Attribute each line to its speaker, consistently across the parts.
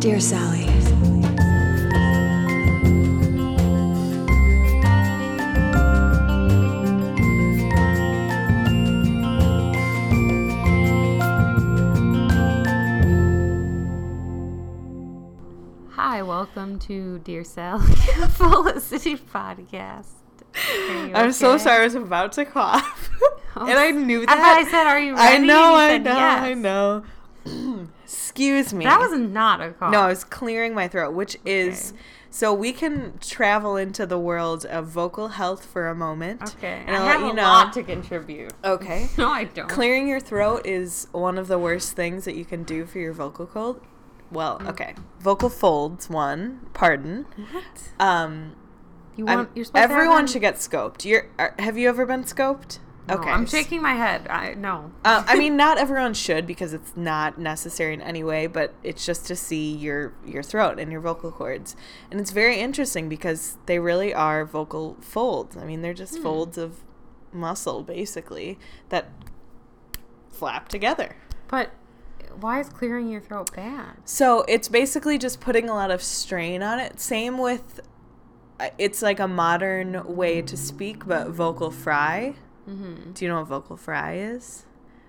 Speaker 1: Dear Sally,
Speaker 2: Hi, welcome to Dear Sally, a Felicity podcast. Are you
Speaker 3: I'm so
Speaker 2: okay?
Speaker 3: sorry. I was about to cough, and I knew
Speaker 2: I
Speaker 3: that.
Speaker 2: thought I said, "Are you
Speaker 3: I
Speaker 2: ready?"
Speaker 3: know. I
Speaker 2: and you
Speaker 3: know.
Speaker 2: said
Speaker 3: I
Speaker 2: yes.
Speaker 3: know. Excuse me.
Speaker 2: That was not a call.
Speaker 3: no. I was clearing my throat, which is so we can travel into the world of vocal health for a moment.
Speaker 2: Okay.
Speaker 3: and
Speaker 2: I
Speaker 3: I'll
Speaker 2: have
Speaker 3: let you
Speaker 2: a
Speaker 3: know.
Speaker 2: lot to contribute.
Speaker 3: okay.
Speaker 2: No, I don't.
Speaker 3: Clearing your throat is one of the worst things that you can do for your vocal cold. Well,
Speaker 2: Mm.
Speaker 3: okay. Vocal folds, one. Pardon.
Speaker 2: What?
Speaker 3: Um,
Speaker 2: You
Speaker 3: I'm-
Speaker 2: want? you're supposed to have
Speaker 3: everyone
Speaker 2: one-
Speaker 3: should get scoped. You're, are, have you ever been scoped?
Speaker 2: No, I'm
Speaker 3: shaking.
Speaker 2: shaking my head. I no.
Speaker 3: Uh, I mean, not everyone should because it's not necessary in any way, but it's just to see your your throat and your vocal cords, and it's very interesting because they really are vocal folds. I mean, they're just folds of muscle basically that flap together.
Speaker 2: But why is clearing your throat bad?
Speaker 3: So it's basically just putting a lot of strain on it. Same with, uh, it's like a modern way to speak, but vocal fry.
Speaker 2: Mm-hmm.
Speaker 3: Do you know what vocal fry is?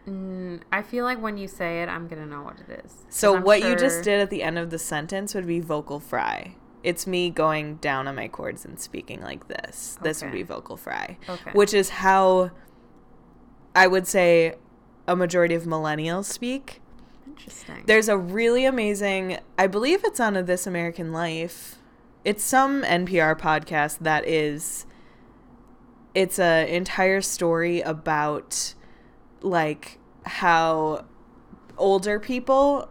Speaker 2: Mm, I feel like when you say it, I'm gonna know what it is. 'Cause
Speaker 3: So
Speaker 2: I'm
Speaker 3: what you
Speaker 2: sure-
Speaker 3: just did at the end of the sentence would be vocal fry. It's me going down on my chords and speaking like this. This would
Speaker 2: Okay.
Speaker 3: be vocal fry,
Speaker 2: Okay.
Speaker 3: which is how I would say a majority of millennials speak.
Speaker 2: Interesting.
Speaker 3: There's a really amazing, I believe it's on a This American Life. It's some NPR podcast that is it's a entire story about like how older people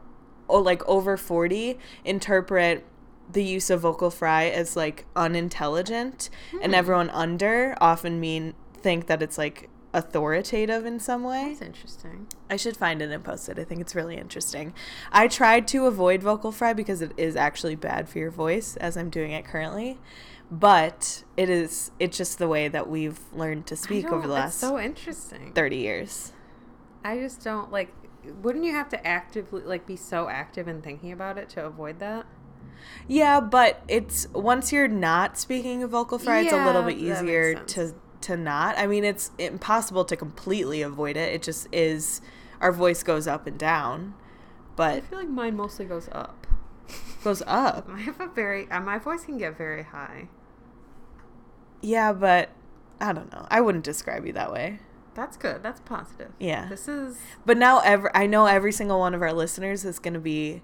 Speaker 3: or like over 40 interpret the use of vocal fry as like unintelligent and everyone under often mean think that it's like authoritative in some way.
Speaker 2: That's interesting.
Speaker 3: I should find it and post it. I think it's really interesting. I tried to avoid vocal fry because it is actually bad for your voice as I'm doing it currently. But it is it's just the way that we've learned to
Speaker 2: I
Speaker 3: speak
Speaker 2: don't-
Speaker 3: over the
Speaker 2: that's
Speaker 3: last
Speaker 2: so interesting.
Speaker 3: 30 years.
Speaker 2: I just don't like. Wouldn't you have to actively like be so active in thinking about it to avoid that?
Speaker 3: Yeah, but it's once you're not speaking a vocal fry, it's a little
Speaker 2: Yeah,
Speaker 3: bit
Speaker 2: that makes
Speaker 3: easier
Speaker 2: sense.
Speaker 3: to to not. I mean, it's impossible to completely avoid it. It just is our voice goes up and down,
Speaker 2: I
Speaker 3: but
Speaker 2: feel like mine mostly goes up.
Speaker 3: goes up.
Speaker 2: I have a very uh, my voice can get very high.
Speaker 3: Yeah, but I don't know. I wouldn't describe you that way.
Speaker 2: That's good. That's positive.
Speaker 3: Yeah.
Speaker 2: This is
Speaker 3: But now every I know every single one of our listeners is going to be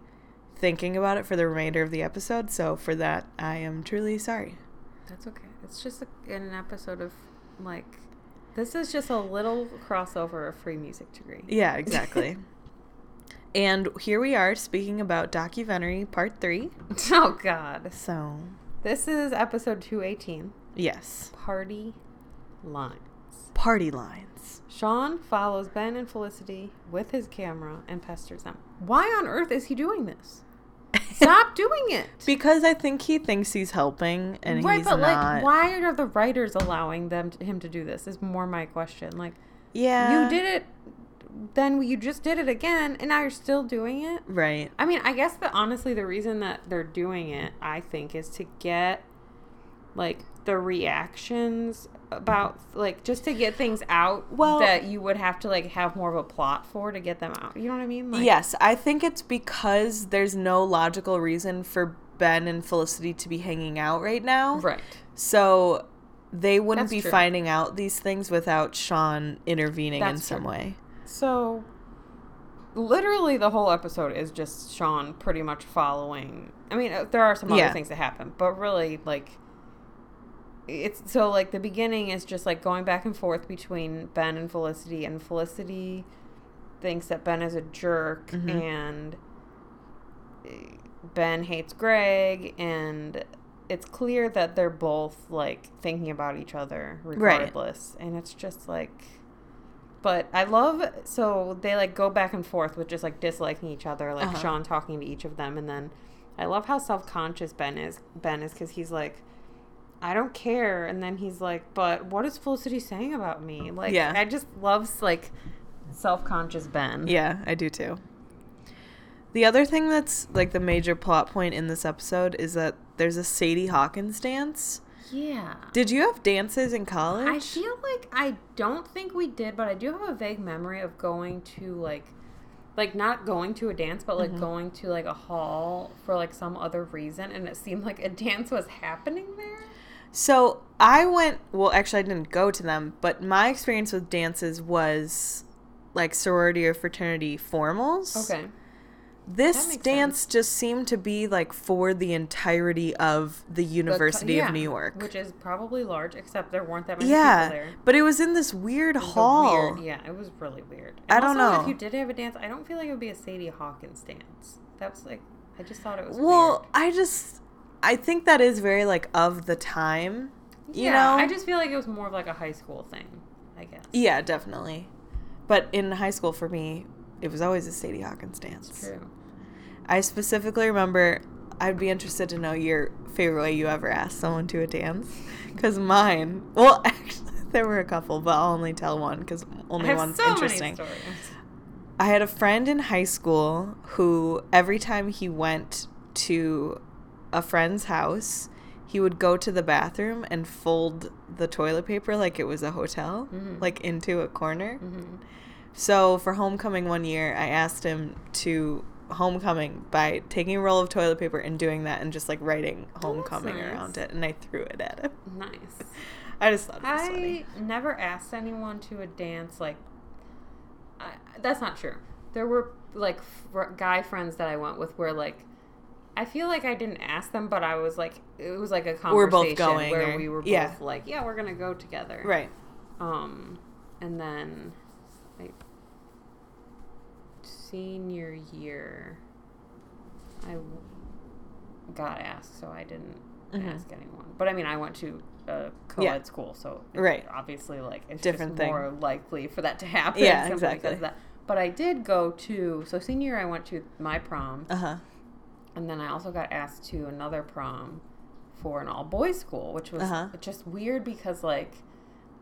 Speaker 3: thinking about it for the remainder of the episode. So for that, I am truly sorry.
Speaker 2: that's okay. It's just a, in an episode of like this is just a little crossover of free music degree.
Speaker 3: Yeah, exactly. and here we are speaking about documentary part 3.
Speaker 2: Oh God.
Speaker 3: So,
Speaker 2: This is episode two eighteen.
Speaker 3: yes.
Speaker 2: Party line.
Speaker 3: Party lines.
Speaker 2: Sean follows Ben and Felicity with his camera and pesters them. Why on earth is he doing this? Stop doing it.
Speaker 3: because I think he thinks he's helping and
Speaker 2: right,
Speaker 3: he's
Speaker 2: but
Speaker 3: not.
Speaker 2: like, why are the writers allowing them to, him to do this? Is more my question. Like,
Speaker 3: yeah.
Speaker 2: you did it, then you just did it again, and now you're still doing it.
Speaker 3: Right.
Speaker 2: I mean, I guess that honestly, the reason that they're doing it, I think, is to get like the reactions about like just to get things out
Speaker 3: Well-
Speaker 2: that you would have to like have more of a plot for to get them out. You know what I mean? Like,
Speaker 3: yes, I think it's because there's no logical reason for Ben and Felicity to be hanging out right now.
Speaker 2: Right.
Speaker 3: So they wouldn't
Speaker 2: That's
Speaker 3: be
Speaker 2: true.
Speaker 3: finding out these things without Sean intervening in
Speaker 2: That's
Speaker 3: some
Speaker 2: true.
Speaker 3: way.
Speaker 2: So literally the whole episode is just Sean pretty much following. I mean, uh, there are some
Speaker 3: Yeah.
Speaker 2: other things that happen, but really like it's so like the beginning is just like going back and forth between Ben and Felicity and Felicity thinks that Ben is a jerk
Speaker 3: Mm-hmm.
Speaker 2: and uh, Ben hates Greg and it's clear that they're both like thinking about each other
Speaker 3: Right.
Speaker 2: regardless and it's just like but I love so they like go back and forth with just like disliking each other, like
Speaker 3: Uh-huh.
Speaker 2: Sean talking to each of them, and then I love how self conscious Ben is. Ben is because he's like, I don't care, and then he's like, but what is Felicity saying about me? Like,
Speaker 3: Yeah.
Speaker 2: I just loves like self conscious Ben.
Speaker 3: Yeah, I do too. The other thing that's like the major plot point in this episode is that there's a Sadie Hawkins dance.
Speaker 2: Yeah.
Speaker 3: Did you have dances in college?
Speaker 2: I feel like I don't think we did, but I do have a vague memory of going to like like not going to a dance, but
Speaker 3: Mm-hmm.
Speaker 2: like going to like a hall for like some other reason and it seemed like a dance was happening there.
Speaker 3: So I went, well, actually, I didn't go to them, but my experience with dances was like sorority or fraternity formals.
Speaker 2: Okay. That
Speaker 3: This
Speaker 2: makes
Speaker 3: dance just seemed to be like for the entirety of the
Speaker 2: The co-
Speaker 3: University
Speaker 2: yeah,
Speaker 3: of New York.
Speaker 2: Which is probably large, except there weren't that many people
Speaker 3: yeah.
Speaker 2: there.
Speaker 3: But it was in this weird
Speaker 2: It was a
Speaker 3: hall.
Speaker 2: Weird, yeah, it was really weird.
Speaker 3: I don't
Speaker 2: also, If
Speaker 3: know.
Speaker 2: you did have a dance, I don't feel like it would be a Sadie Hawkins dance. That was like, I just thought it was
Speaker 3: Well,
Speaker 2: weird.
Speaker 3: I just, I think that is very like of the time. You
Speaker 2: yeah,
Speaker 3: know?
Speaker 2: I just feel like it was more of like a high school thing, I guess.
Speaker 3: Yeah, definitely. But in high school for me, it was always a Sadie Hawkins dance.
Speaker 2: True.
Speaker 3: I specifically remember I'd be interested to know your favorite way you ever asked someone to a dance. Because mine, well, actually, there were a couple, but I'll only tell one because only
Speaker 2: I have
Speaker 3: one's
Speaker 2: so many
Speaker 3: interesting.
Speaker 2: stories.
Speaker 3: I had a friend in high school who, every time he went to a friend's house, he would go to the bathroom and fold the toilet paper like it was a hotel,
Speaker 2: Mhm.
Speaker 3: like into a corner.
Speaker 2: Mhm.
Speaker 3: So for homecoming one year, I asked him to homecoming by taking a roll of toilet paper and doing that and just like writing homecoming
Speaker 2: Oh, nice.
Speaker 3: around it, and I threw it at him.
Speaker 2: Nice.
Speaker 3: I just thought it was funny.
Speaker 2: I never asked anyone to a dance. Like, I, that's not true. There were like fr- guy friends that I went with where like, I feel like I didn't ask them, but I was like, it was like a conversation
Speaker 3: We're both going,
Speaker 2: where
Speaker 3: or-
Speaker 2: we were both
Speaker 3: yeah.
Speaker 2: like, yeah, we're gonna go together,
Speaker 3: Right.
Speaker 2: Um, and then, like, senior year, I w- got asked, so I didn't
Speaker 3: Mhm.
Speaker 2: ask anyone. But I mean, I went to a co-ed
Speaker 3: Yeah.
Speaker 2: school, so
Speaker 3: Right.
Speaker 2: obviously, like, it's
Speaker 3: Different
Speaker 2: just
Speaker 3: thing.
Speaker 2: more likely for that to happen.
Speaker 3: Yeah,
Speaker 2: simply
Speaker 3: exactly.
Speaker 2: because of that. But I did go to so senior year, I went to my prom,
Speaker 3: Uh huh.
Speaker 2: and then I also got asked to another prom for an all boys school, which was
Speaker 3: Uh-huh.
Speaker 2: just weird because like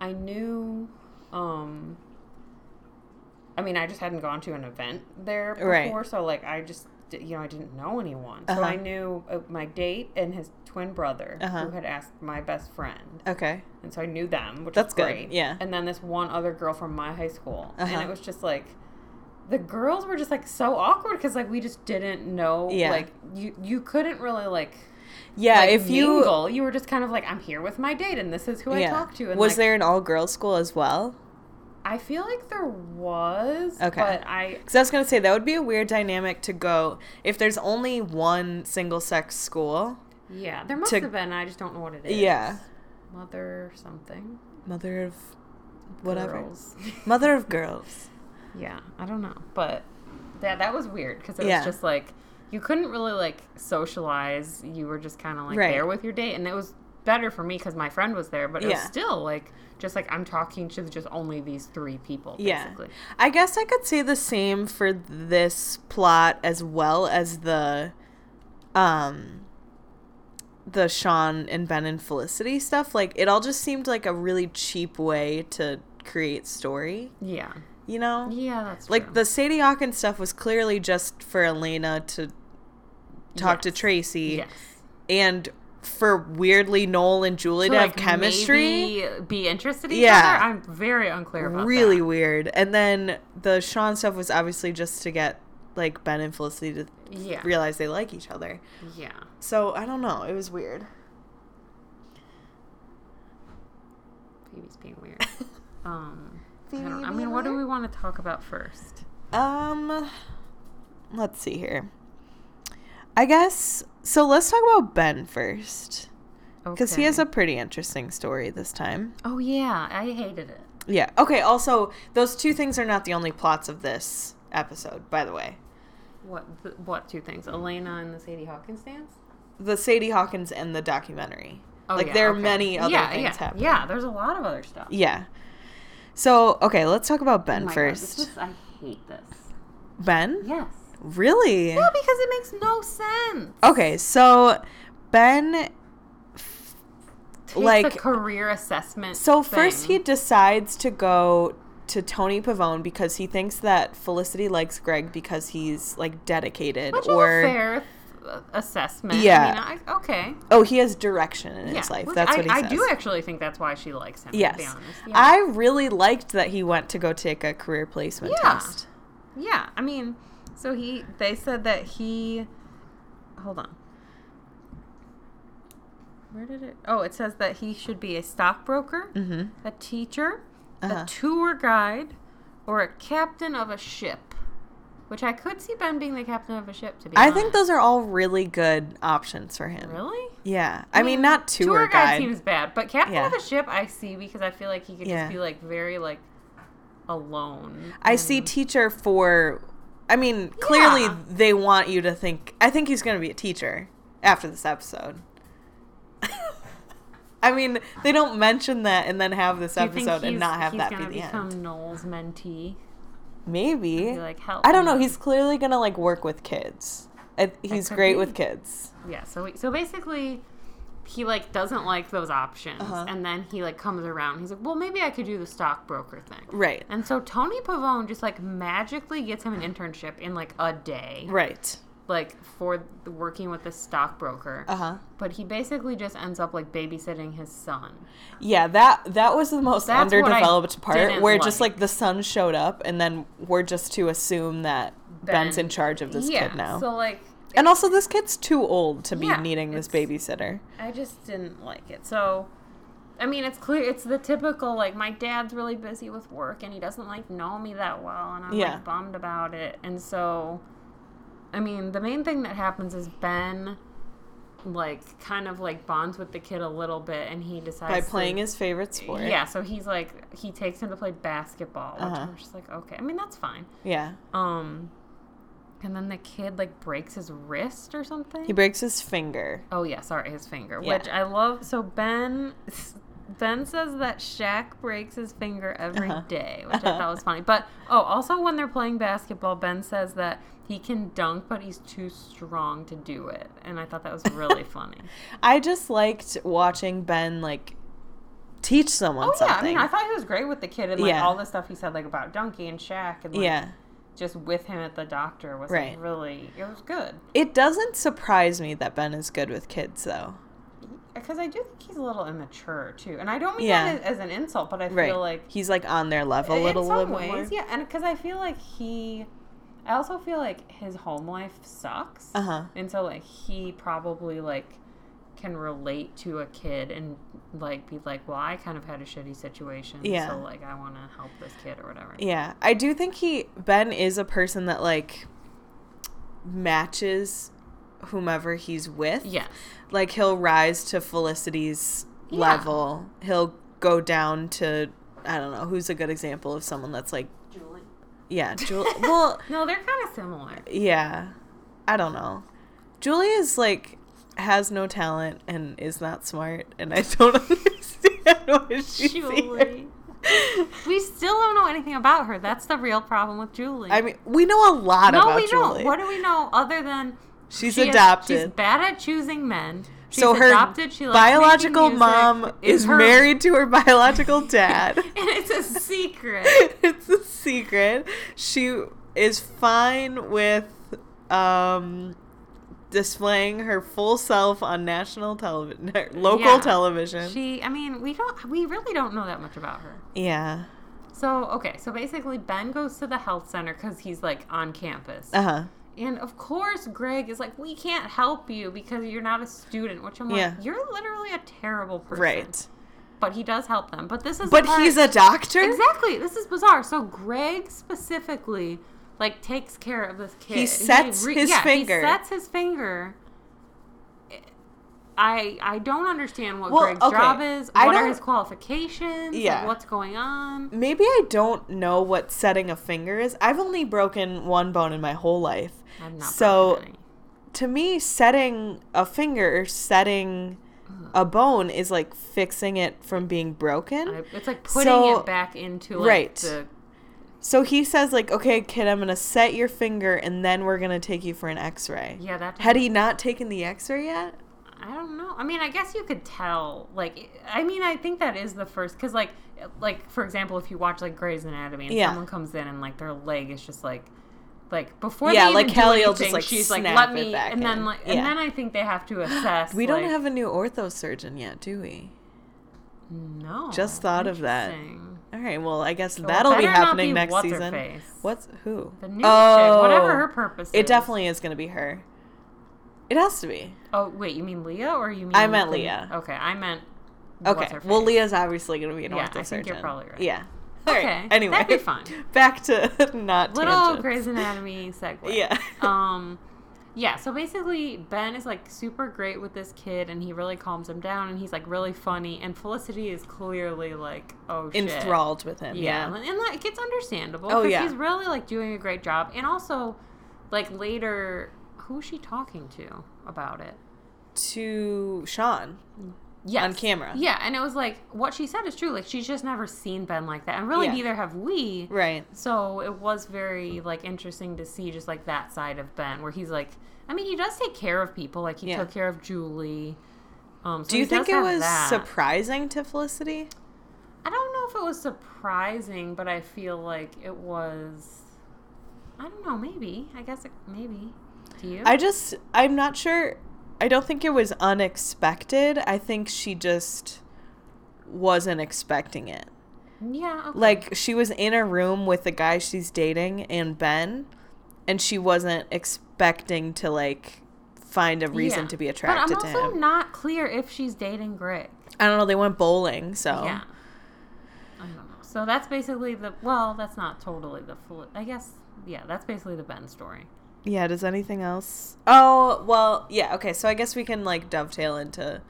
Speaker 2: I knew um I mean, I just hadn't gone to an event there before,
Speaker 3: Right.
Speaker 2: so like I just di- you know, I didn't know anyone. So
Speaker 3: Uh-huh.
Speaker 2: I knew uh, my date and his twin brother
Speaker 3: Uh-huh.
Speaker 2: who had asked my best friend.
Speaker 3: Okay.
Speaker 2: And so I knew them, which
Speaker 3: That's
Speaker 2: was
Speaker 3: good,
Speaker 2: great.
Speaker 3: yeah.
Speaker 2: And then this one other girl from my high school.
Speaker 3: Uh-huh.
Speaker 2: And it was just like the girls were just like so awkward because like we just didn't know
Speaker 3: Yeah.
Speaker 2: like you you couldn't really like
Speaker 3: Yeah.
Speaker 2: like,
Speaker 3: if you
Speaker 2: mingle. you were just kind of like I'm here with my date and this is who I
Speaker 3: yeah.
Speaker 2: talk to and
Speaker 3: was
Speaker 2: like,
Speaker 3: there an all girls school as well?
Speaker 2: I feel like there was
Speaker 3: Okay.
Speaker 2: but I
Speaker 3: Because I was gonna say that would be a weird dynamic to go if there's only one single sex school.
Speaker 2: yeah there must
Speaker 3: To-
Speaker 2: have been I just don't know what it is
Speaker 3: Yeah.
Speaker 2: mother something
Speaker 3: Mother of whatever.
Speaker 2: Girls.
Speaker 3: Mother of girls.
Speaker 2: Yeah, I don't know, but that that was weird because it
Speaker 3: Yeah.
Speaker 2: was just like you couldn't really like socialize. You were just kind of like
Speaker 3: Right.
Speaker 2: there with your date, and it was better for me because my friend was there. But it was
Speaker 3: Yeah.
Speaker 2: still like just like I'm talking to just only these three people.
Speaker 3: Yeah.
Speaker 2: Basically.
Speaker 3: I guess I could say the same for this plot as well as the um the Sean and Ben and Felicity stuff. Like it all just seemed like a really cheap way to create story,
Speaker 2: Yeah.
Speaker 3: you know?
Speaker 2: Yeah, that's
Speaker 3: Like
Speaker 2: true.
Speaker 3: the Sadie Hawkins stuff was clearly just for Elena to talk to
Speaker 2: Yes.
Speaker 3: Tracy
Speaker 2: yes.
Speaker 3: and for weirdly Noel and Julie to,
Speaker 2: To,
Speaker 3: have chemistry.
Speaker 2: maybe be interested in
Speaker 3: Yeah.
Speaker 2: each other. I'm very unclear about
Speaker 3: really
Speaker 2: that.
Speaker 3: weird. And then the Sean stuff was obviously just to get like Ben and Felicity to
Speaker 2: Yeah.
Speaker 3: realize they like each other.
Speaker 2: Yeah.
Speaker 3: So I don't know. It was weird.
Speaker 2: Baby's being weird. Um. I, don't, I mean, what do we want to talk about first?
Speaker 3: Um, let's see here. I guess so. Let's talk about Ben first because he has
Speaker 2: Okay.
Speaker 3: a pretty interesting story this time.
Speaker 2: Oh yeah, I hated it.
Speaker 3: Yeah. Okay. Also, those two things are not the only plots of this episode, by the way.
Speaker 2: What th- what two things? Elena and the Sadie Hawkins dance.
Speaker 3: The Sadie Hawkins and the documentary. like
Speaker 2: Oh, yeah,
Speaker 3: there are
Speaker 2: okay.
Speaker 3: many other
Speaker 2: yeah,
Speaker 3: things
Speaker 2: yeah,
Speaker 3: happening.
Speaker 2: Yeah, there's a lot of other stuff.
Speaker 3: Yeah. So, okay, let's talk about
Speaker 2: Oh
Speaker 3: Ben
Speaker 2: my God,
Speaker 3: first.
Speaker 2: this is- I hate this.
Speaker 3: Ben?
Speaker 2: Yes.
Speaker 3: Really?
Speaker 2: Yeah, because it makes no sense.
Speaker 3: Okay, so Ben
Speaker 2: Takes
Speaker 3: like-
Speaker 2: a career assessment.
Speaker 3: so first he
Speaker 2: thing.
Speaker 3: decides to go to Tony Pavone because he thinks that Felicity likes Greg because he's like dedicated
Speaker 2: Which
Speaker 3: or
Speaker 2: is a fair th- assessment.
Speaker 3: Yeah.
Speaker 2: I mean, I, okay.
Speaker 3: oh he has direction in
Speaker 2: Yeah.
Speaker 3: his life.
Speaker 2: Which
Speaker 3: That's
Speaker 2: I,
Speaker 3: what he
Speaker 2: I
Speaker 3: says.
Speaker 2: do actually think that's why she likes him. To be
Speaker 3: Yes,
Speaker 2: honest. Yeah.
Speaker 3: I really liked that he went to go take a career placement
Speaker 2: Yeah.
Speaker 3: test.
Speaker 2: Yeah, I mean, so he they said that he hold on. Where did it? Oh, it says that he should be a stockbroker,
Speaker 3: Mm-hmm.
Speaker 2: a teacher,
Speaker 3: Uh-huh.
Speaker 2: a tour guide, or a captain of a ship. Which I could see Ben being the captain of a ship. To be,
Speaker 3: I think
Speaker 2: honest.
Speaker 3: those are all really good options for him.
Speaker 2: really. Hmm.
Speaker 3: Yeah, I mean not tour, guide.
Speaker 2: seems bad, but captain
Speaker 3: Yeah.
Speaker 2: of a ship I see because I feel like he could
Speaker 3: Yeah.
Speaker 2: just be like very like alone.
Speaker 3: I see
Speaker 2: and-
Speaker 3: teacher for. I mean, clearly
Speaker 2: Yeah.
Speaker 3: they want you to think. I think he's going to be a teacher after this episode. I mean, they don't mention that and then have this
Speaker 2: Do you think
Speaker 3: episode and
Speaker 2: he's-
Speaker 3: not have
Speaker 2: he's
Speaker 3: that be
Speaker 2: gonna
Speaker 3: the
Speaker 2: become
Speaker 3: end.
Speaker 2: Noel's mentee.
Speaker 3: Maybe.
Speaker 2: Be like, help
Speaker 3: I don't know.
Speaker 2: me."
Speaker 3: He's clearly going to like work with kids. I, he's
Speaker 2: could
Speaker 3: great
Speaker 2: be.
Speaker 3: with kids.
Speaker 2: Yeah, so we, so basically he like doesn't like those options
Speaker 3: Uh-huh.
Speaker 2: and then he like comes around. He's like, "Well, maybe I could do the stockbroker thing."
Speaker 3: Right.
Speaker 2: And so Tony Pavone just like magically gets him an internship in like a day,
Speaker 3: Right.
Speaker 2: like for the, working with the stockbroker.
Speaker 3: Uh huh.
Speaker 2: But he basically just ends up like babysitting his son.
Speaker 3: Yeah, that that was the most
Speaker 2: That's what I
Speaker 3: underdeveloped part
Speaker 2: didn't
Speaker 3: where just
Speaker 2: like.
Speaker 3: like the son showed up and then we're just to assume that
Speaker 2: Ben-
Speaker 3: Ben's in charge of this
Speaker 2: yeah.
Speaker 3: kid now.
Speaker 2: So like
Speaker 3: and also this kid's too old to be
Speaker 2: Yeah,
Speaker 3: needing this
Speaker 2: it's-
Speaker 3: babysitter.
Speaker 2: I just didn't like it. So, I mean, it's clear it's the typical like my dad's really busy with work and he doesn't like know me that well, and I'm
Speaker 3: Yeah.
Speaker 2: like bummed about it. And so, I mean, the main thing that happens is Ben, like, kind of like bonds with the kid a little bit, and he decides
Speaker 3: By
Speaker 2: to-
Speaker 3: playing his favorite sport.
Speaker 2: Yeah, so he's like he takes him to play basketball, which
Speaker 3: Uh-huh.
Speaker 2: I'm just like, okay. I mean, that's fine.
Speaker 3: Yeah.
Speaker 2: Um, and then the kid like breaks his wrist or something.
Speaker 3: He breaks his finger.
Speaker 2: Oh yeah, sorry, his finger,
Speaker 3: Yeah.
Speaker 2: which I love. So Ben, Ben says that Shaq breaks his finger every day,
Speaker 3: Uh-huh.
Speaker 2: which I thought was funny. But oh, also when they're playing basketball, Ben says that he can dunk, but he's too strong to do it, and I thought that was really funny.
Speaker 3: I just liked watching Ben like teach someone
Speaker 2: oh yeah,
Speaker 3: something.
Speaker 2: I mean, I thought he was great with the kid and like
Speaker 3: Yeah.
Speaker 2: all the stuff he said like about Donkey and Shaq and like,
Speaker 3: yeah.
Speaker 2: just with him at the doctor was
Speaker 3: Right.
Speaker 2: like, really it was good
Speaker 3: It doesn't surprise me that Ben is good with kids though.
Speaker 2: because I do think he's a little immature too, and I don't mean
Speaker 3: Yeah.
Speaker 2: that as, as an insult, but I feel
Speaker 3: Right.
Speaker 2: like
Speaker 3: He's like on their level a little,
Speaker 2: in some
Speaker 3: little bit
Speaker 2: ways,
Speaker 3: more.
Speaker 2: yeah, and because I feel like he, I also feel like his home life sucks,
Speaker 3: Uh-huh.
Speaker 2: and so like he probably like can relate to a kid and like be like, well, I kind of had a shitty situation,
Speaker 3: Yeah.
Speaker 2: so like I want to help this kid or whatever.
Speaker 3: Yeah, I do think he Ben is a person that like matches whomever he's with.
Speaker 2: Yes.
Speaker 3: Like he'll rise to Felicity's
Speaker 2: Yeah.
Speaker 3: level. He'll go down to I don't know, who's a good example of someone that's like
Speaker 2: Julie.
Speaker 3: yeah, Julie. well,
Speaker 2: No, they're kind of similar.
Speaker 3: yeah. I don't know. Julie is like has no talent and is not smart and I don't understand why she's here.
Speaker 2: Julie. we still don't know anything about her. That's the real problem with Julie.
Speaker 3: I mean, we know a lot
Speaker 2: no,
Speaker 3: about
Speaker 2: we don't.
Speaker 3: Julie.
Speaker 2: What do we know other than
Speaker 3: She's
Speaker 2: She is-
Speaker 3: adopted.
Speaker 2: she's bad at choosing men. She's
Speaker 3: so her
Speaker 2: adopted. She likes making
Speaker 3: biological
Speaker 2: music,
Speaker 3: mom
Speaker 2: is
Speaker 3: is
Speaker 2: her-
Speaker 3: married to her biological dad.
Speaker 2: and it's a secret.
Speaker 3: it's a secret. She is fine with um, displaying her full self on national television, local
Speaker 2: Yeah.
Speaker 3: television.
Speaker 2: She, I mean, we don't, we really don't know that much about her.
Speaker 3: yeah.
Speaker 2: So okay, so basically, Ben goes to the health center because he's like on campus,
Speaker 3: Uh huh.
Speaker 2: and of course, Greg is like, "We can't help you because you're not a student." Which I'm like,
Speaker 3: Yeah.
Speaker 2: "You're literally a terrible person."
Speaker 3: Right.
Speaker 2: But he does help them. But this is
Speaker 3: But
Speaker 2: the part-
Speaker 3: he's a doctor.
Speaker 2: Exactly. This is bizarre. So Greg specifically like takes care of this kid.
Speaker 3: sets his finger.
Speaker 2: He sets his finger. I I don't understand what
Speaker 3: Well,
Speaker 2: Greg's
Speaker 3: okay.
Speaker 2: job is.
Speaker 3: I
Speaker 2: What are
Speaker 3: don't-
Speaker 2: his qualifications? Like,
Speaker 3: Yeah.
Speaker 2: what's going on?
Speaker 3: Maybe I don't know what setting a finger is. I've only broken one bone in my whole life.
Speaker 2: I'm not
Speaker 3: So-
Speaker 2: broken any.
Speaker 3: to me, setting a finger or setting a bone is like fixing it from being broken.
Speaker 2: I- it's like putting
Speaker 3: So-
Speaker 2: it back into like
Speaker 3: right.
Speaker 2: the
Speaker 3: so he says, like, okay, kid, I'm gonna set your finger and then we're gonna take you for an x ray.
Speaker 2: yeah that
Speaker 3: Had he not taken the x ray yet?
Speaker 2: I don't know. I mean, I guess you could tell. Like, I mean, I think that is the first because, like, like for example, if you watch like Grey's Anatomy and
Speaker 3: Yeah.
Speaker 2: someone comes in and like their leg is just like, like before,
Speaker 3: Yeah,
Speaker 2: they
Speaker 3: like,
Speaker 2: even do
Speaker 3: Kelly will
Speaker 2: anything,
Speaker 3: just, like,
Speaker 2: she's like,
Speaker 3: snap
Speaker 2: let
Speaker 3: it
Speaker 2: me,
Speaker 3: back
Speaker 2: and then
Speaker 3: in.
Speaker 2: like,
Speaker 3: Yeah.
Speaker 2: and then I think they have to assess.
Speaker 3: We don't
Speaker 2: like,
Speaker 3: have a new ortho surgeon yet, do we?
Speaker 2: no.
Speaker 3: just thought of that.
Speaker 2: Oh, Interesting.
Speaker 3: All right. Well, I guess
Speaker 2: So it
Speaker 3: that'll be
Speaker 2: better not
Speaker 3: happening
Speaker 2: be
Speaker 3: next
Speaker 2: what's her
Speaker 3: season.
Speaker 2: face.
Speaker 3: What's who?
Speaker 2: The new chick, whatever her purpose.
Speaker 3: Oh. It
Speaker 2: is.
Speaker 3: definitely is going to be her. It has to be.
Speaker 2: Oh wait, you mean Leah or you mean?
Speaker 3: I meant
Speaker 2: the-
Speaker 3: Leah.
Speaker 2: Okay, I meant.
Speaker 3: Okay.
Speaker 2: what's her
Speaker 3: Well,
Speaker 2: face.
Speaker 3: Leah's obviously going to be an
Speaker 2: Yeah, I
Speaker 3: orthosurgeon.
Speaker 2: think you're probably right.
Speaker 3: Yeah. All
Speaker 2: Okay.
Speaker 3: right, Anyway,
Speaker 2: that'd be fine.
Speaker 3: back to not
Speaker 2: Little
Speaker 3: tangents.
Speaker 2: Grey's Anatomy segue.
Speaker 3: Yeah.
Speaker 2: um yeah so basically ben is like super great with this kid and he really calms him down and he's like really funny and felicity is clearly like oh shit
Speaker 3: Enthralled with him.
Speaker 2: yeah,
Speaker 3: Yeah.
Speaker 2: and like it's understandable
Speaker 3: Oh,
Speaker 2: 'cause
Speaker 3: yeah.
Speaker 2: he's really like doing a great job and also like later who's she talking to about it
Speaker 3: To Sean.
Speaker 2: Yes.
Speaker 3: On camera.
Speaker 2: yeah and it was like what she said is true like she's just never seen ben like that and really
Speaker 3: Yeah.
Speaker 2: neither have we
Speaker 3: Right.
Speaker 2: So it was very like interesting to see just like that side of Ben, where he's like, I mean, he does take care of people. Like he
Speaker 3: Yeah.
Speaker 2: took care of Julie. Um, so
Speaker 3: Do you
Speaker 2: he does
Speaker 3: think it
Speaker 2: have
Speaker 3: was
Speaker 2: that.
Speaker 3: surprising to Felicity?
Speaker 2: I don't know if it was surprising, but I feel like it was. I don't know. Maybe I guess it, maybe. Do you?
Speaker 3: I just, I'm not sure. I don't think it was unexpected. I think she just wasn't expecting it.
Speaker 2: yeah. Okay.
Speaker 3: Like, she was in a room with the guy she's dating and Ben, and she wasn't expecting to, like, find a reason
Speaker 2: Yeah.
Speaker 3: to be
Speaker 2: But I'm
Speaker 3: attracted to
Speaker 2: also
Speaker 3: him.
Speaker 2: not clear if she's dating Greg.
Speaker 3: I don't know. They went bowling, so.
Speaker 2: Yeah. I don't know. So that's basically the well. That's not totally the full. I guess yeah. That's basically the Ben story.
Speaker 3: Yeah, does anything else? Oh, well, yeah, okay, so I guess we can like dovetail into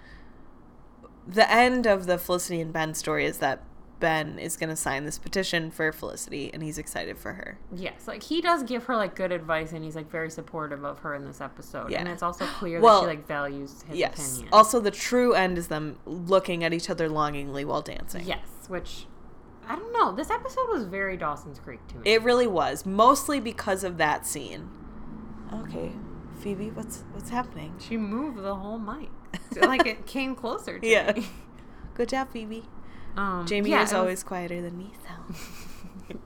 Speaker 3: the end of the Felicity and Ben story is that Ben is going to sign this petition for Felicity and he's excited for her.
Speaker 2: Yes, like he does give her like good advice, and he's like very supportive of her in this episode. And
Speaker 3: Yeah.
Speaker 2: it's also clear
Speaker 3: Well,
Speaker 2: that she like values his
Speaker 3: yes.
Speaker 2: opinion.
Speaker 3: Also, the true end is them looking at each other longingly while dancing.
Speaker 2: yes, which I don't know. This episode was very Dawson's Creek to me.
Speaker 3: It really was, mostly because of that scene. Okay, Phoebe, what's what's happening?
Speaker 2: she moved the whole mic, So, like it came closer. to
Speaker 3: Yeah.
Speaker 2: me.
Speaker 3: Good job, Phoebe.
Speaker 2: Um,
Speaker 3: Jamie
Speaker 2: yeah,
Speaker 3: is
Speaker 2: it was-
Speaker 3: always quieter than me, though.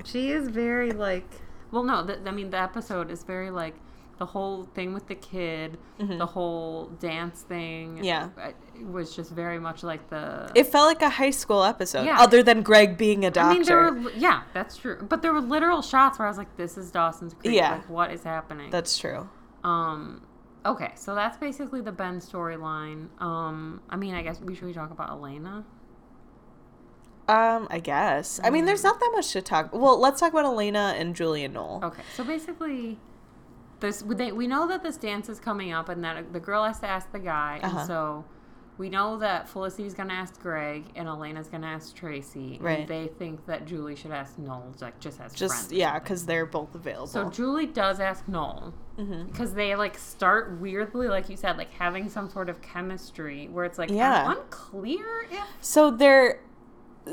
Speaker 2: She is very like. Well, no, th- I mean the episode is very like the whole thing with the kid, the whole dance thing.
Speaker 3: Mm-hmm. Yeah.
Speaker 2: uh, it was just very much like the.
Speaker 3: It felt like a high school episode,
Speaker 2: Yeah.
Speaker 3: other than Greg being a doctor.
Speaker 2: I mean, there were yeah, that's true. But there were literal shots where I was like, "This is Dawson's Creek.
Speaker 3: Yeah.
Speaker 2: Like, what is happening?"
Speaker 3: That's true.
Speaker 2: um, okay, so that's basically the Ben storyline. Um, I mean, I guess we should we talk about Elena.
Speaker 3: Um, I guess. I mean,
Speaker 2: Mm.
Speaker 3: there's not that much to talk. Well, let's talk about Elena and Julia Knoll.
Speaker 2: Okay, so basically, this they, we know that this dance is coming up, and that the girl has to ask the guy,
Speaker 3: Uh-huh.
Speaker 2: and so we know that Felicity's gonna ask Greg, and Elena's gonna ask Tracy. and
Speaker 3: Right.
Speaker 2: they think that Julie should ask Noel, like just as
Speaker 3: Just
Speaker 2: friends or
Speaker 3: yeah,
Speaker 2: something.
Speaker 3: because they're both available.
Speaker 2: So Julie does ask Noel
Speaker 3: Mm-hmm.
Speaker 2: because they like start weirdly, like you said, like having some sort of chemistry where it's like
Speaker 3: Yeah.
Speaker 2: I'm unclear if
Speaker 3: so they're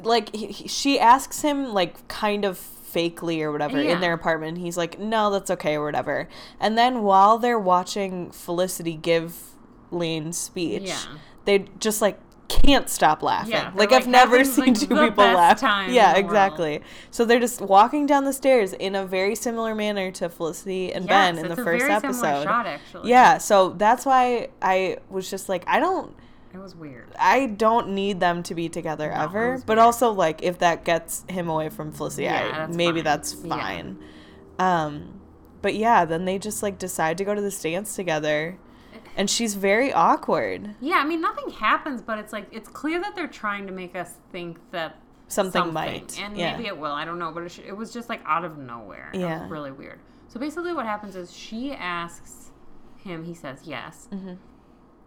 Speaker 3: like he, he- she asks him like kind of fakely or whatever
Speaker 2: Yeah.
Speaker 3: in their apartment. and He's like, no, that's okay or whatever. And then while they're watching Felicity give Lane's speech,
Speaker 2: Yeah.
Speaker 3: they just like can't stop laughing.
Speaker 2: Yeah, they're,
Speaker 3: like,
Speaker 2: like,
Speaker 3: I've never
Speaker 2: having,
Speaker 3: seen
Speaker 2: like,
Speaker 3: two
Speaker 2: the
Speaker 3: people
Speaker 2: best
Speaker 3: laugh.
Speaker 2: time in
Speaker 3: yeah,
Speaker 2: the world.
Speaker 3: exactly. So they're just walking down the stairs in a very similar manner to Felicity and Ben
Speaker 2: Yes,
Speaker 3: in
Speaker 2: it's
Speaker 3: the
Speaker 2: a
Speaker 3: first
Speaker 2: very similar
Speaker 3: episode.
Speaker 2: shot, actually.
Speaker 3: Yeah, so that's why I was just like, I don't
Speaker 2: it was weird.
Speaker 3: I don't need them to be together
Speaker 2: it
Speaker 3: ever.
Speaker 2: was
Speaker 3: But also, like, if that gets him away from Felicity,
Speaker 2: Yeah,
Speaker 3: I,
Speaker 2: that's
Speaker 3: maybe
Speaker 2: fine.
Speaker 3: that's
Speaker 2: Yeah.
Speaker 3: fine. Um, but yeah, then they just like decide to go to this dance together, and she's very awkward.
Speaker 2: Yeah, I mean nothing happens, but it's like it's clear that they're trying to make us think that
Speaker 3: Something might,
Speaker 2: and
Speaker 3: yeah.
Speaker 2: maybe it will. I don't know, but it, sh- it was just like out of nowhere. It was
Speaker 3: Yeah.
Speaker 2: really weird. So basically, what happens is she asks him. He says yes.
Speaker 3: Mm-hmm.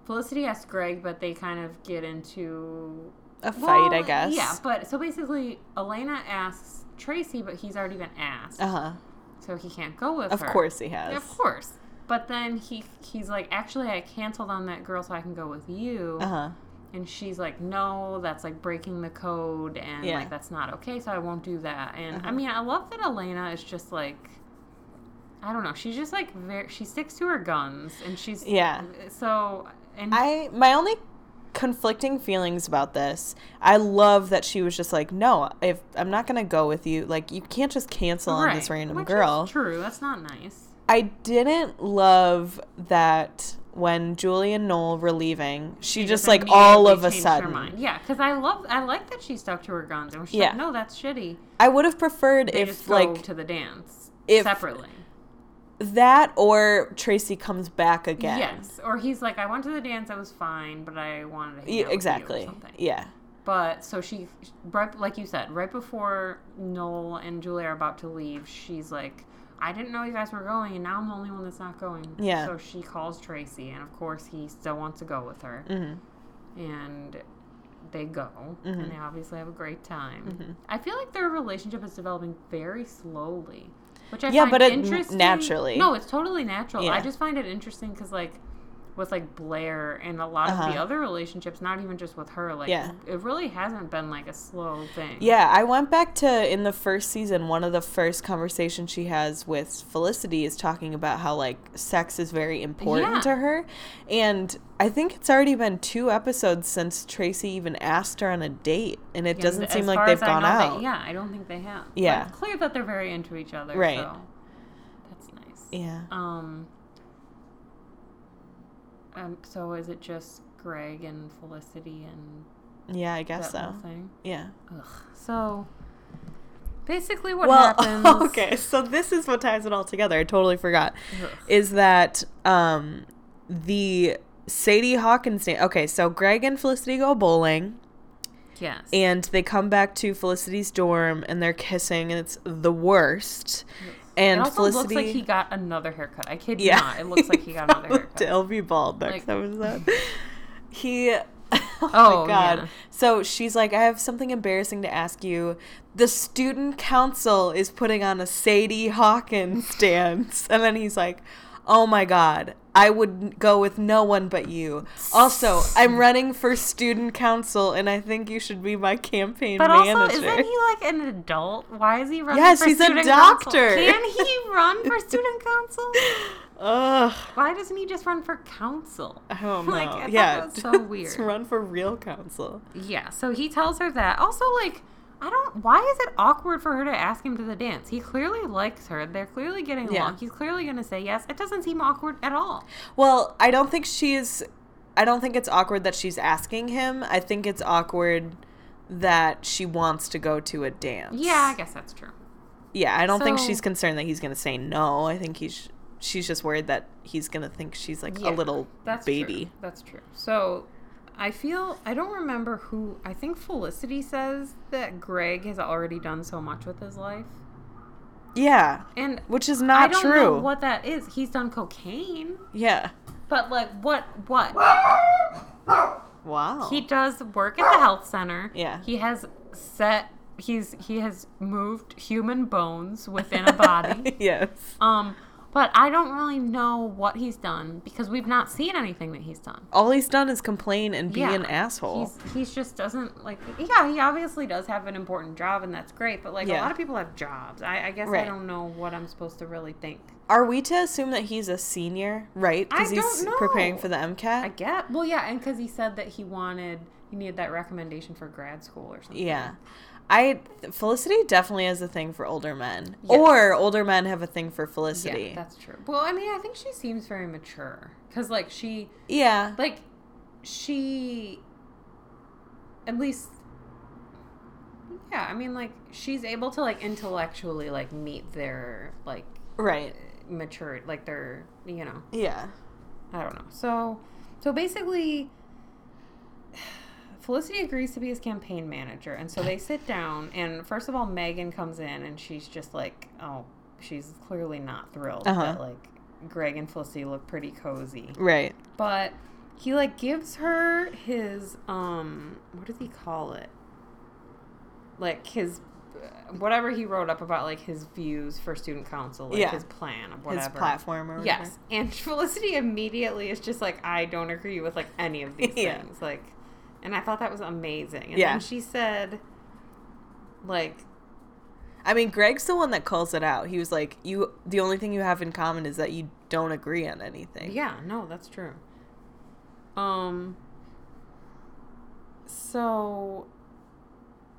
Speaker 2: Felicity asks Greg, but they kind of get into
Speaker 3: A fight, I
Speaker 2: Well,
Speaker 3: guess.
Speaker 2: Yeah, but so basically, Elena asks Tracy, but he's already been asked,
Speaker 3: Uh huh.
Speaker 2: so he can't go with
Speaker 3: Of
Speaker 2: her.
Speaker 3: course he has.
Speaker 2: of course. But then he he's like, actually, I canceled on that girl, so I can go with you.
Speaker 3: Uh huh.
Speaker 2: And she's like, no, that's like breaking the code, and
Speaker 3: Yeah. Uh-huh.
Speaker 2: like that's not okay, so I won't do that. And I mean, I love that Elena is just like. I don't know. She's just like very. She sticks to her guns, and she's
Speaker 3: Yeah.
Speaker 2: So And
Speaker 3: I my only conflicting feelings about this. I love that she was just like, "No, if I'm not going to go with you, like you can't just cancel on this
Speaker 2: Right,
Speaker 3: random
Speaker 2: which is
Speaker 3: girl."
Speaker 2: true. That's not nice.
Speaker 3: I didn't love that when Julie and Noel were leaving, she, just, like all of a
Speaker 2: immediately changed her
Speaker 3: sudden.
Speaker 2: mind. Yeah, because I love, I like that she stuck to her guns and was
Speaker 3: Yeah.
Speaker 2: like, no, that's shitty.
Speaker 3: I would have preferred
Speaker 2: They just
Speaker 3: if
Speaker 2: go
Speaker 3: like
Speaker 2: to the dance
Speaker 3: if-
Speaker 2: separately.
Speaker 3: that or Tracy comes back again.
Speaker 2: Yes, or he's like, I went to the dance, I was fine, but I wanted to. Hang out
Speaker 3: Ye-
Speaker 2: with you or
Speaker 3: exactly.
Speaker 2: something.
Speaker 3: Yeah.
Speaker 2: But so she, right, like you said, right before Noel and Julie are about to leave, she's like, I didn't know you guys were going, and now I'm the only one that's not going.
Speaker 3: Yeah.
Speaker 2: So she calls Tracy, and of course, he still wants to go with her.
Speaker 3: Mm-hmm.
Speaker 2: And they go, and they obviously have a great time.
Speaker 3: Mm-hmm.
Speaker 2: I feel like their relationship is developing very slowly, which I
Speaker 3: Yeah,
Speaker 2: find
Speaker 3: but it n-
Speaker 2: interesting.
Speaker 3: naturally.
Speaker 2: No, it's totally natural.
Speaker 3: Yeah.
Speaker 2: I just find it interesting because, like, with like Blair and a lot of the
Speaker 3: Uh-huh.
Speaker 2: other relationships, not even just with her. Like,
Speaker 3: Yeah.
Speaker 2: it really hasn't been like a slow thing.
Speaker 3: Yeah, I went back to in the first season, one of the first conversations she has with Felicity is talking about how like sex is very important
Speaker 2: Yeah.
Speaker 3: to her. And I think it's already been two episodes since Tracy even asked her on a date and it
Speaker 2: And
Speaker 3: doesn't
Speaker 2: as
Speaker 3: seem
Speaker 2: far
Speaker 3: like they've
Speaker 2: as I
Speaker 3: gone
Speaker 2: know, they-
Speaker 3: out.
Speaker 2: yeah, I don't think they have. But
Speaker 3: Yeah.
Speaker 2: it's clear that they're very into each other.
Speaker 3: Right.
Speaker 2: So that's nice.
Speaker 3: yeah.
Speaker 2: Um. Um. So is it just Greg and Felicity and
Speaker 3: Yeah, I guess
Speaker 2: that whole
Speaker 3: so.
Speaker 2: thing?
Speaker 3: Yeah.
Speaker 2: Ugh. So basically, what
Speaker 3: well,
Speaker 2: happens?
Speaker 3: okay, so this is what ties it all together. I totally forgot.
Speaker 2: Ugh.
Speaker 3: Is that um the Sadie Hawkins name? Okay, so Greg and Felicity go bowling.
Speaker 2: Yes.
Speaker 3: and they come back to Felicity's dorm and they're kissing and it's the worst. And
Speaker 2: it also
Speaker 3: Felicity
Speaker 2: looks like he got another haircut. I kid you
Speaker 3: yeah,
Speaker 2: not. It looks like he got another haircut.
Speaker 3: He'll be bald
Speaker 2: Like-
Speaker 3: next episode. He Oh,
Speaker 2: Oh,
Speaker 3: my god.
Speaker 2: yeah.
Speaker 3: So she's like, I have something embarrassing to ask you. The student council is putting on a Sadie Hawkins dance. And then he's like, Oh my god, I would go with no one but you. Also, I'm running for student council and I think you should be my campaign
Speaker 2: But
Speaker 3: manager.
Speaker 2: also, isn't he like an adult? Why is he running?
Speaker 3: Yes,
Speaker 2: for
Speaker 3: he's a
Speaker 2: student
Speaker 3: doctor.
Speaker 2: Council? Can he run for student council?
Speaker 3: Ugh,
Speaker 2: Why doesn't he just run for council?
Speaker 3: I don't know.
Speaker 2: Like, I thought
Speaker 3: yeah,
Speaker 2: that was so
Speaker 3: just
Speaker 2: weird.
Speaker 3: run for real council.
Speaker 2: Yeah. So he tells her that. Also, like, I don't. Why is it awkward for her to ask him to the dance? He clearly likes her. They're clearly getting
Speaker 3: Yeah.
Speaker 2: along. He's clearly gonna say yes. It doesn't seem awkward at all.
Speaker 3: Well, I don't think she's. I don't think it's awkward that she's asking him. I think it's awkward that she wants to go to a dance.
Speaker 2: Yeah, I guess that's true.
Speaker 3: Yeah, I don't think
Speaker 2: So-
Speaker 3: she's concerned that he's going to say no. I think he's. She's just worried that he's going to think she's like
Speaker 2: Yeah,
Speaker 3: a little
Speaker 2: That's
Speaker 3: baby.
Speaker 2: True. That's true. So I feel I don't remember who I think Felicity says that Greg has already done so much with his life.
Speaker 3: Yeah,
Speaker 2: And
Speaker 3: which is
Speaker 2: I
Speaker 3: not
Speaker 2: don't
Speaker 3: true.
Speaker 2: know what that is. He's done cocaine.
Speaker 3: yeah.
Speaker 2: But like what what?
Speaker 3: Wow.
Speaker 2: He does work at the health center.
Speaker 3: Yeah.
Speaker 2: He has set he's he has moved human bones within a body.
Speaker 3: yes.
Speaker 2: um but I don't really know what he's done because we've not seen anything that he's done.
Speaker 3: All he's done is complain and be
Speaker 2: Yeah.
Speaker 3: an asshole.
Speaker 2: He's, he's just doesn't like. Yeah, he obviously does have an important job, and that's great. But like a
Speaker 3: Yeah.
Speaker 2: lot of people have jobs. I, I guess I
Speaker 3: Right.
Speaker 2: don't know what I'm supposed to really think.
Speaker 3: Are we to assume that he's a senior, right? Because
Speaker 2: I
Speaker 3: he's
Speaker 2: don't know.
Speaker 3: preparing for the MCAT.
Speaker 2: I get. Well, yeah, and because he said that he wanted he needed that recommendation for grad school or something.
Speaker 3: yeah. I Felicity definitely has a thing for older men,
Speaker 2: Yes.
Speaker 3: or older men have a thing for
Speaker 2: Yeah,
Speaker 3: Felicity. Yeah,
Speaker 2: that's true. Well, I mean, I think she seems very mature because like she like she at least yeah i mean like she's able to like intellectually like meet their like
Speaker 3: right.
Speaker 2: mature like their you know
Speaker 3: Yeah,
Speaker 2: i don't know so so basically felicity agrees to be his campaign manager and so they sit down and first of all megan comes in and she's just like oh she's clearly not thrilled
Speaker 3: Uh-huh.
Speaker 2: that like greg and felicity look pretty cozy
Speaker 3: right.
Speaker 2: but he like gives her his um what does he call it like his whatever he wrote up about like his views for student council like
Speaker 3: Yeah.
Speaker 2: his plan of whatever
Speaker 3: His platform or whatever.
Speaker 2: yes and felicity immediately is just like i don't agree with like any of these
Speaker 3: Yeah.
Speaker 2: things like and i thought that was amazing and
Speaker 3: Yeah.
Speaker 2: then she said like
Speaker 3: I mean, Greg's the one that calls it out. He was like, "You, the only thing you have in common is that you don't agree on anything."
Speaker 2: yeah no that's true Um. So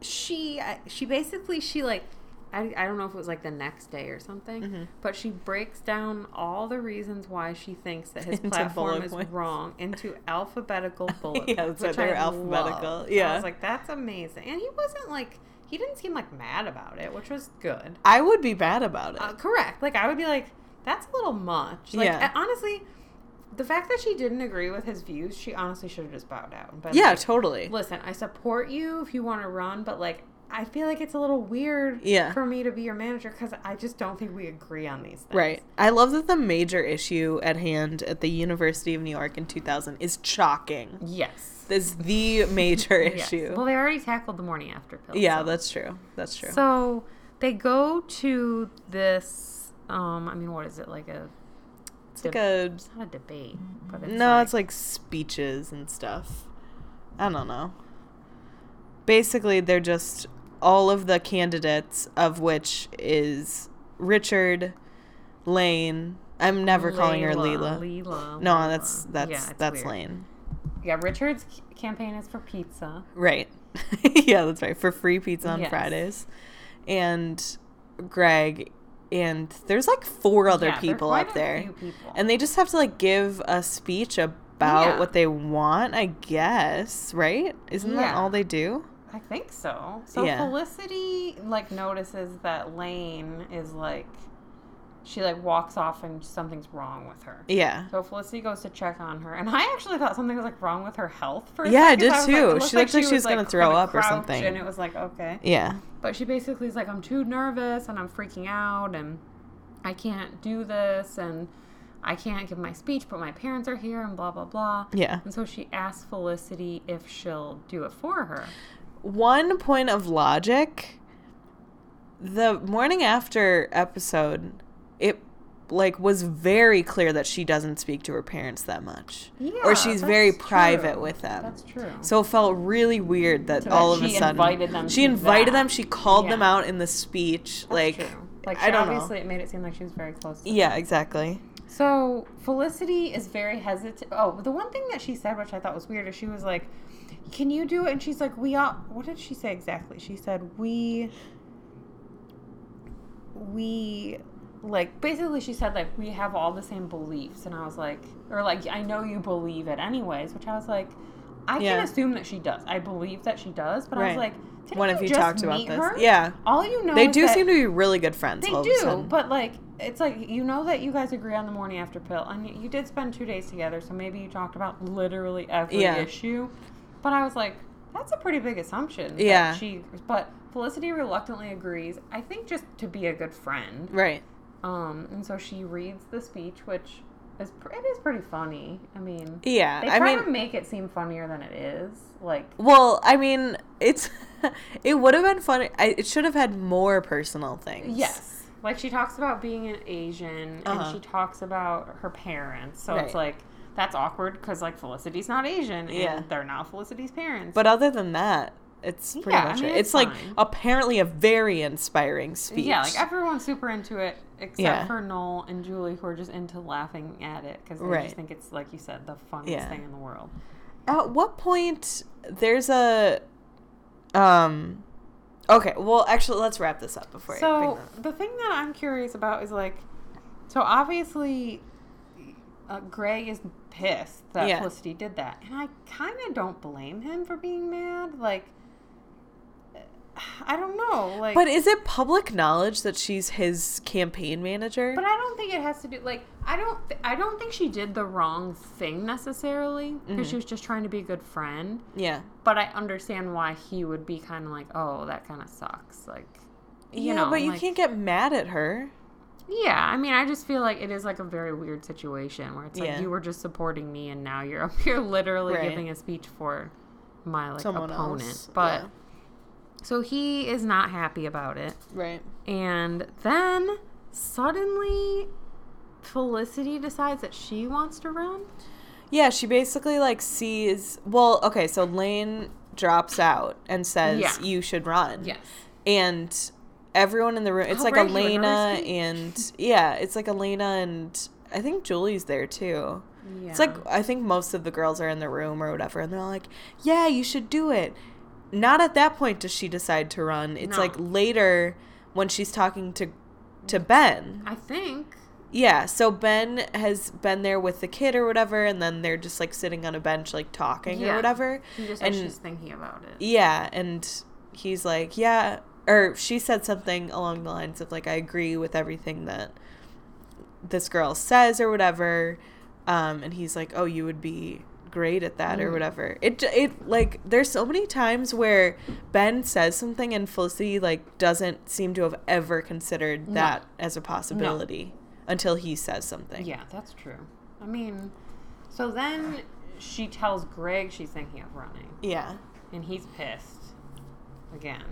Speaker 2: she I- she basically she like I, I don't know if it was like the next day or something,
Speaker 3: Mhm.
Speaker 2: but she breaks down all the reasons why she thinks that his
Speaker 3: Into
Speaker 2: platform
Speaker 3: bullet
Speaker 2: is
Speaker 3: points.
Speaker 2: wrong into alphabetical bullet
Speaker 3: Yeah,
Speaker 2: points.
Speaker 3: that's
Speaker 2: which
Speaker 3: right, they were
Speaker 2: I loved.
Speaker 3: alphabetical,
Speaker 2: I
Speaker 3: yeah.
Speaker 2: was like, that's amazing. And he wasn't like he didn't seem like mad about it, which was good.
Speaker 3: I would be bad about it.
Speaker 2: Uh, correct. Like I would be like, that's a little much. Like
Speaker 3: Yeah.
Speaker 2: I- honestly, the fact that she didn't agree with his views, she honestly should have just bowed out. and been
Speaker 3: yeah,
Speaker 2: like,
Speaker 3: totally.
Speaker 2: listen, I support you if you want to run, but like I feel like it's a little weird
Speaker 3: Yeah.
Speaker 2: for me to be your manager because I just don't think we agree on these things.
Speaker 3: Right. I love that the major issue at hand at the University of New York in 2000 is chalking.
Speaker 2: Yes.
Speaker 3: This is the major
Speaker 2: Yes.
Speaker 3: issue.
Speaker 2: Well, they already tackled the morning after pill.
Speaker 3: yeah,
Speaker 2: so.
Speaker 3: that's true. That's true.
Speaker 2: So they go to this. Um, I mean, what is it like a?
Speaker 3: it's like a
Speaker 2: It's not a debate, but it's
Speaker 3: No,
Speaker 2: like,
Speaker 3: it's like speeches and stuff. I don't know. Basically, they're just all of the candidates, of which is Richard, Lane. I'm never calling her Leela.
Speaker 2: Leela.
Speaker 3: No,
Speaker 2: Leela.
Speaker 3: that's that's
Speaker 2: Yeah, it's
Speaker 3: that's
Speaker 2: weird.
Speaker 3: Lane.
Speaker 2: Yeah, Richard's c- campaign is for pizza.
Speaker 3: Right. yeah, that's right. For free pizza on
Speaker 2: Yes.
Speaker 3: Fridays, and Greg, and there's like four other
Speaker 2: Yeah, there are
Speaker 3: people
Speaker 2: quite
Speaker 3: up
Speaker 2: a
Speaker 3: there.
Speaker 2: few people.
Speaker 3: And they just have to like give a speech about
Speaker 2: Yeah.
Speaker 3: what they want, I guess, right? Isn't that
Speaker 2: Yeah.
Speaker 3: all they do?
Speaker 2: I think so. So
Speaker 3: Yeah.
Speaker 2: Felicity like notices that Lane is like she like walks off and something's wrong with her.
Speaker 3: Yeah.
Speaker 2: So Felicity goes to check on her, and I actually thought something was like wrong with her health for a
Speaker 3: Yeah, I
Speaker 2: second.
Speaker 3: did
Speaker 2: was
Speaker 3: too.
Speaker 2: it
Speaker 3: She looked like she was gonna throw
Speaker 2: gonna
Speaker 3: up or
Speaker 2: crouch,
Speaker 3: something.
Speaker 2: and it was like okay.
Speaker 3: Yeah.
Speaker 2: But she basically is like, I'm too nervous and I'm freaking out and I can't do this and I can't give my speech, but my parents are here and blah blah blah.
Speaker 3: Yeah.
Speaker 2: And so she asks Felicity if she'll do it for her.
Speaker 3: One point of logic the morning after episode, it like was very clear that she doesn't speak to her parents that much.
Speaker 2: Yeah,
Speaker 3: or she's very
Speaker 2: that's
Speaker 3: private
Speaker 2: true.
Speaker 3: with them.
Speaker 2: That's true.
Speaker 3: So it felt really weird that
Speaker 2: So
Speaker 3: all
Speaker 2: that
Speaker 3: of a
Speaker 2: she
Speaker 3: sudden
Speaker 2: invited them
Speaker 3: she
Speaker 2: to
Speaker 3: invited
Speaker 2: that.
Speaker 3: them, she called them
Speaker 2: Yeah.
Speaker 3: out in the speech. like
Speaker 2: true. like
Speaker 3: I
Speaker 2: she
Speaker 3: don't know.
Speaker 2: obviously it made it seem like she was very close. To
Speaker 3: Yeah, exactly.
Speaker 2: So Felicity is very hesitant. Oh, the one thing that she said, which I thought was weird, is she was like, "Can you do it?" And she's like, "We all." What did she say exactly? She said, "We, we." Like basically, she said like we have all the same beliefs, and I was like, or like I know you believe it anyways, which I was like, I
Speaker 3: Yeah.
Speaker 2: can assume that she does. I believe that she does, but I was
Speaker 3: Right.
Speaker 2: like, didn't
Speaker 3: One of you
Speaker 2: just
Speaker 3: talked about
Speaker 2: meet
Speaker 3: this.
Speaker 2: her?
Speaker 3: Yeah.
Speaker 2: all you know
Speaker 3: They
Speaker 2: is
Speaker 3: do
Speaker 2: that-
Speaker 3: seem to be really good friends.
Speaker 2: they
Speaker 3: all Of a
Speaker 2: do,
Speaker 3: sudden.
Speaker 2: but like it's like you know that you guys agree on the morning after pill, and you, you did spend two days together, so maybe you talked about literally every
Speaker 3: Yeah.
Speaker 2: issue. But I was like, that's a pretty big assumption. that
Speaker 3: Yeah.
Speaker 2: She, but Felicity reluctantly agrees. I think just to be a good friend.
Speaker 3: right.
Speaker 2: Um, and so she reads the speech, which is pr- it is pretty funny. I mean,
Speaker 3: Yeah.
Speaker 2: they
Speaker 3: I
Speaker 2: try
Speaker 3: mean,
Speaker 2: to make it seem funnier than it is. Like,
Speaker 3: well, I mean, it's it would have been fun. I, it should have had more personal things.
Speaker 2: Yes. Like she talks about being an Asian
Speaker 3: Uh-huh.
Speaker 2: and she talks about her parents. So it's
Speaker 3: Right.
Speaker 2: like that's awkward because like Felicity's not Asian and
Speaker 3: Yeah.
Speaker 2: they're not Felicity's parents.
Speaker 3: But other than that, it's pretty
Speaker 2: Yeah, I
Speaker 3: much
Speaker 2: mean,
Speaker 3: it.
Speaker 2: it's
Speaker 3: It's, like
Speaker 2: fine.
Speaker 3: apparently a very inspiring speech.
Speaker 2: yeah, like everyone's super into it except
Speaker 3: Yeah.
Speaker 2: for Noel and Julie who are just into laughing at it because they
Speaker 3: Right.
Speaker 2: just think it's like you said the funniest
Speaker 3: Yeah.
Speaker 2: thing in the world.
Speaker 3: At what point there's a um okay, well actually let's wrap this up before I bring
Speaker 2: So
Speaker 3: that up.
Speaker 2: the thing that I'm curious about is like, so obviously, uh, Greg is pissed that
Speaker 3: Yeah.
Speaker 2: Felicity did that, and I kind of don't blame him for being mad. Like, I don't know, like,
Speaker 3: But is it public knowledge that she's his campaign manager?
Speaker 2: but I don't think it has to do like I don't th- I don't think she did the wrong thing necessarily because
Speaker 3: Mm-hmm.
Speaker 2: she was just trying to be a good friend.
Speaker 3: yeah.
Speaker 2: But I understand why he would be kind of like, oh, that kind of sucks, like. You
Speaker 3: yeah,
Speaker 2: know,
Speaker 3: but you
Speaker 2: like-
Speaker 3: can't get mad at her.
Speaker 2: Yeah, I mean, I just feel like it is like a very weird situation where it's like
Speaker 3: Yeah.
Speaker 2: you were just supporting me, and now you're up here literally
Speaker 3: Right.
Speaker 2: giving a speech for my like
Speaker 3: Someone
Speaker 2: opponent.
Speaker 3: else,
Speaker 2: But
Speaker 3: yeah.
Speaker 2: so he is not happy about it,
Speaker 3: Right.
Speaker 2: and then suddenly Felicity decides that she wants to run.
Speaker 3: Yeah, she basically like sees. Well, okay, so Lane drops out and says,
Speaker 2: Yeah.
Speaker 3: "You should run."
Speaker 2: Yes.
Speaker 3: and everyone in the room. It's
Speaker 2: Oh,
Speaker 3: like
Speaker 2: right, you were
Speaker 3: Elena
Speaker 2: noticing.
Speaker 3: and yeah, it's like Elena and I think Julie's there too.
Speaker 2: Yeah.
Speaker 3: It's like I think most of the girls are in the room or whatever, and they're all like, "Yeah, you should do it." Not at that point does she decide to run. It's
Speaker 2: No.
Speaker 3: like later when she's talking to to Ben.
Speaker 2: I think.
Speaker 3: Yeah, so Ben has been there with the kid or whatever, and then they're just like sitting on a bench, like talking
Speaker 2: Yeah.
Speaker 3: or whatever.
Speaker 2: He just
Speaker 3: And- e
Speaker 2: was just thinking about it.
Speaker 3: Yeah, and he's like, yeah, or she said something along the lines of like, I agree with everything that this girl says or whatever. Um, and he's like, oh, you would be great at that or
Speaker 2: Mhm.
Speaker 3: whatever. It j- it like there's so many times where Ben says something and Felicity like doesn't seem to have ever considered
Speaker 2: No.
Speaker 3: that as a possibility until he says something.
Speaker 2: Yeah, that's true. I mean, so then she tells Greg she's thinking of running,
Speaker 3: Yeah.
Speaker 2: and he's pissed again.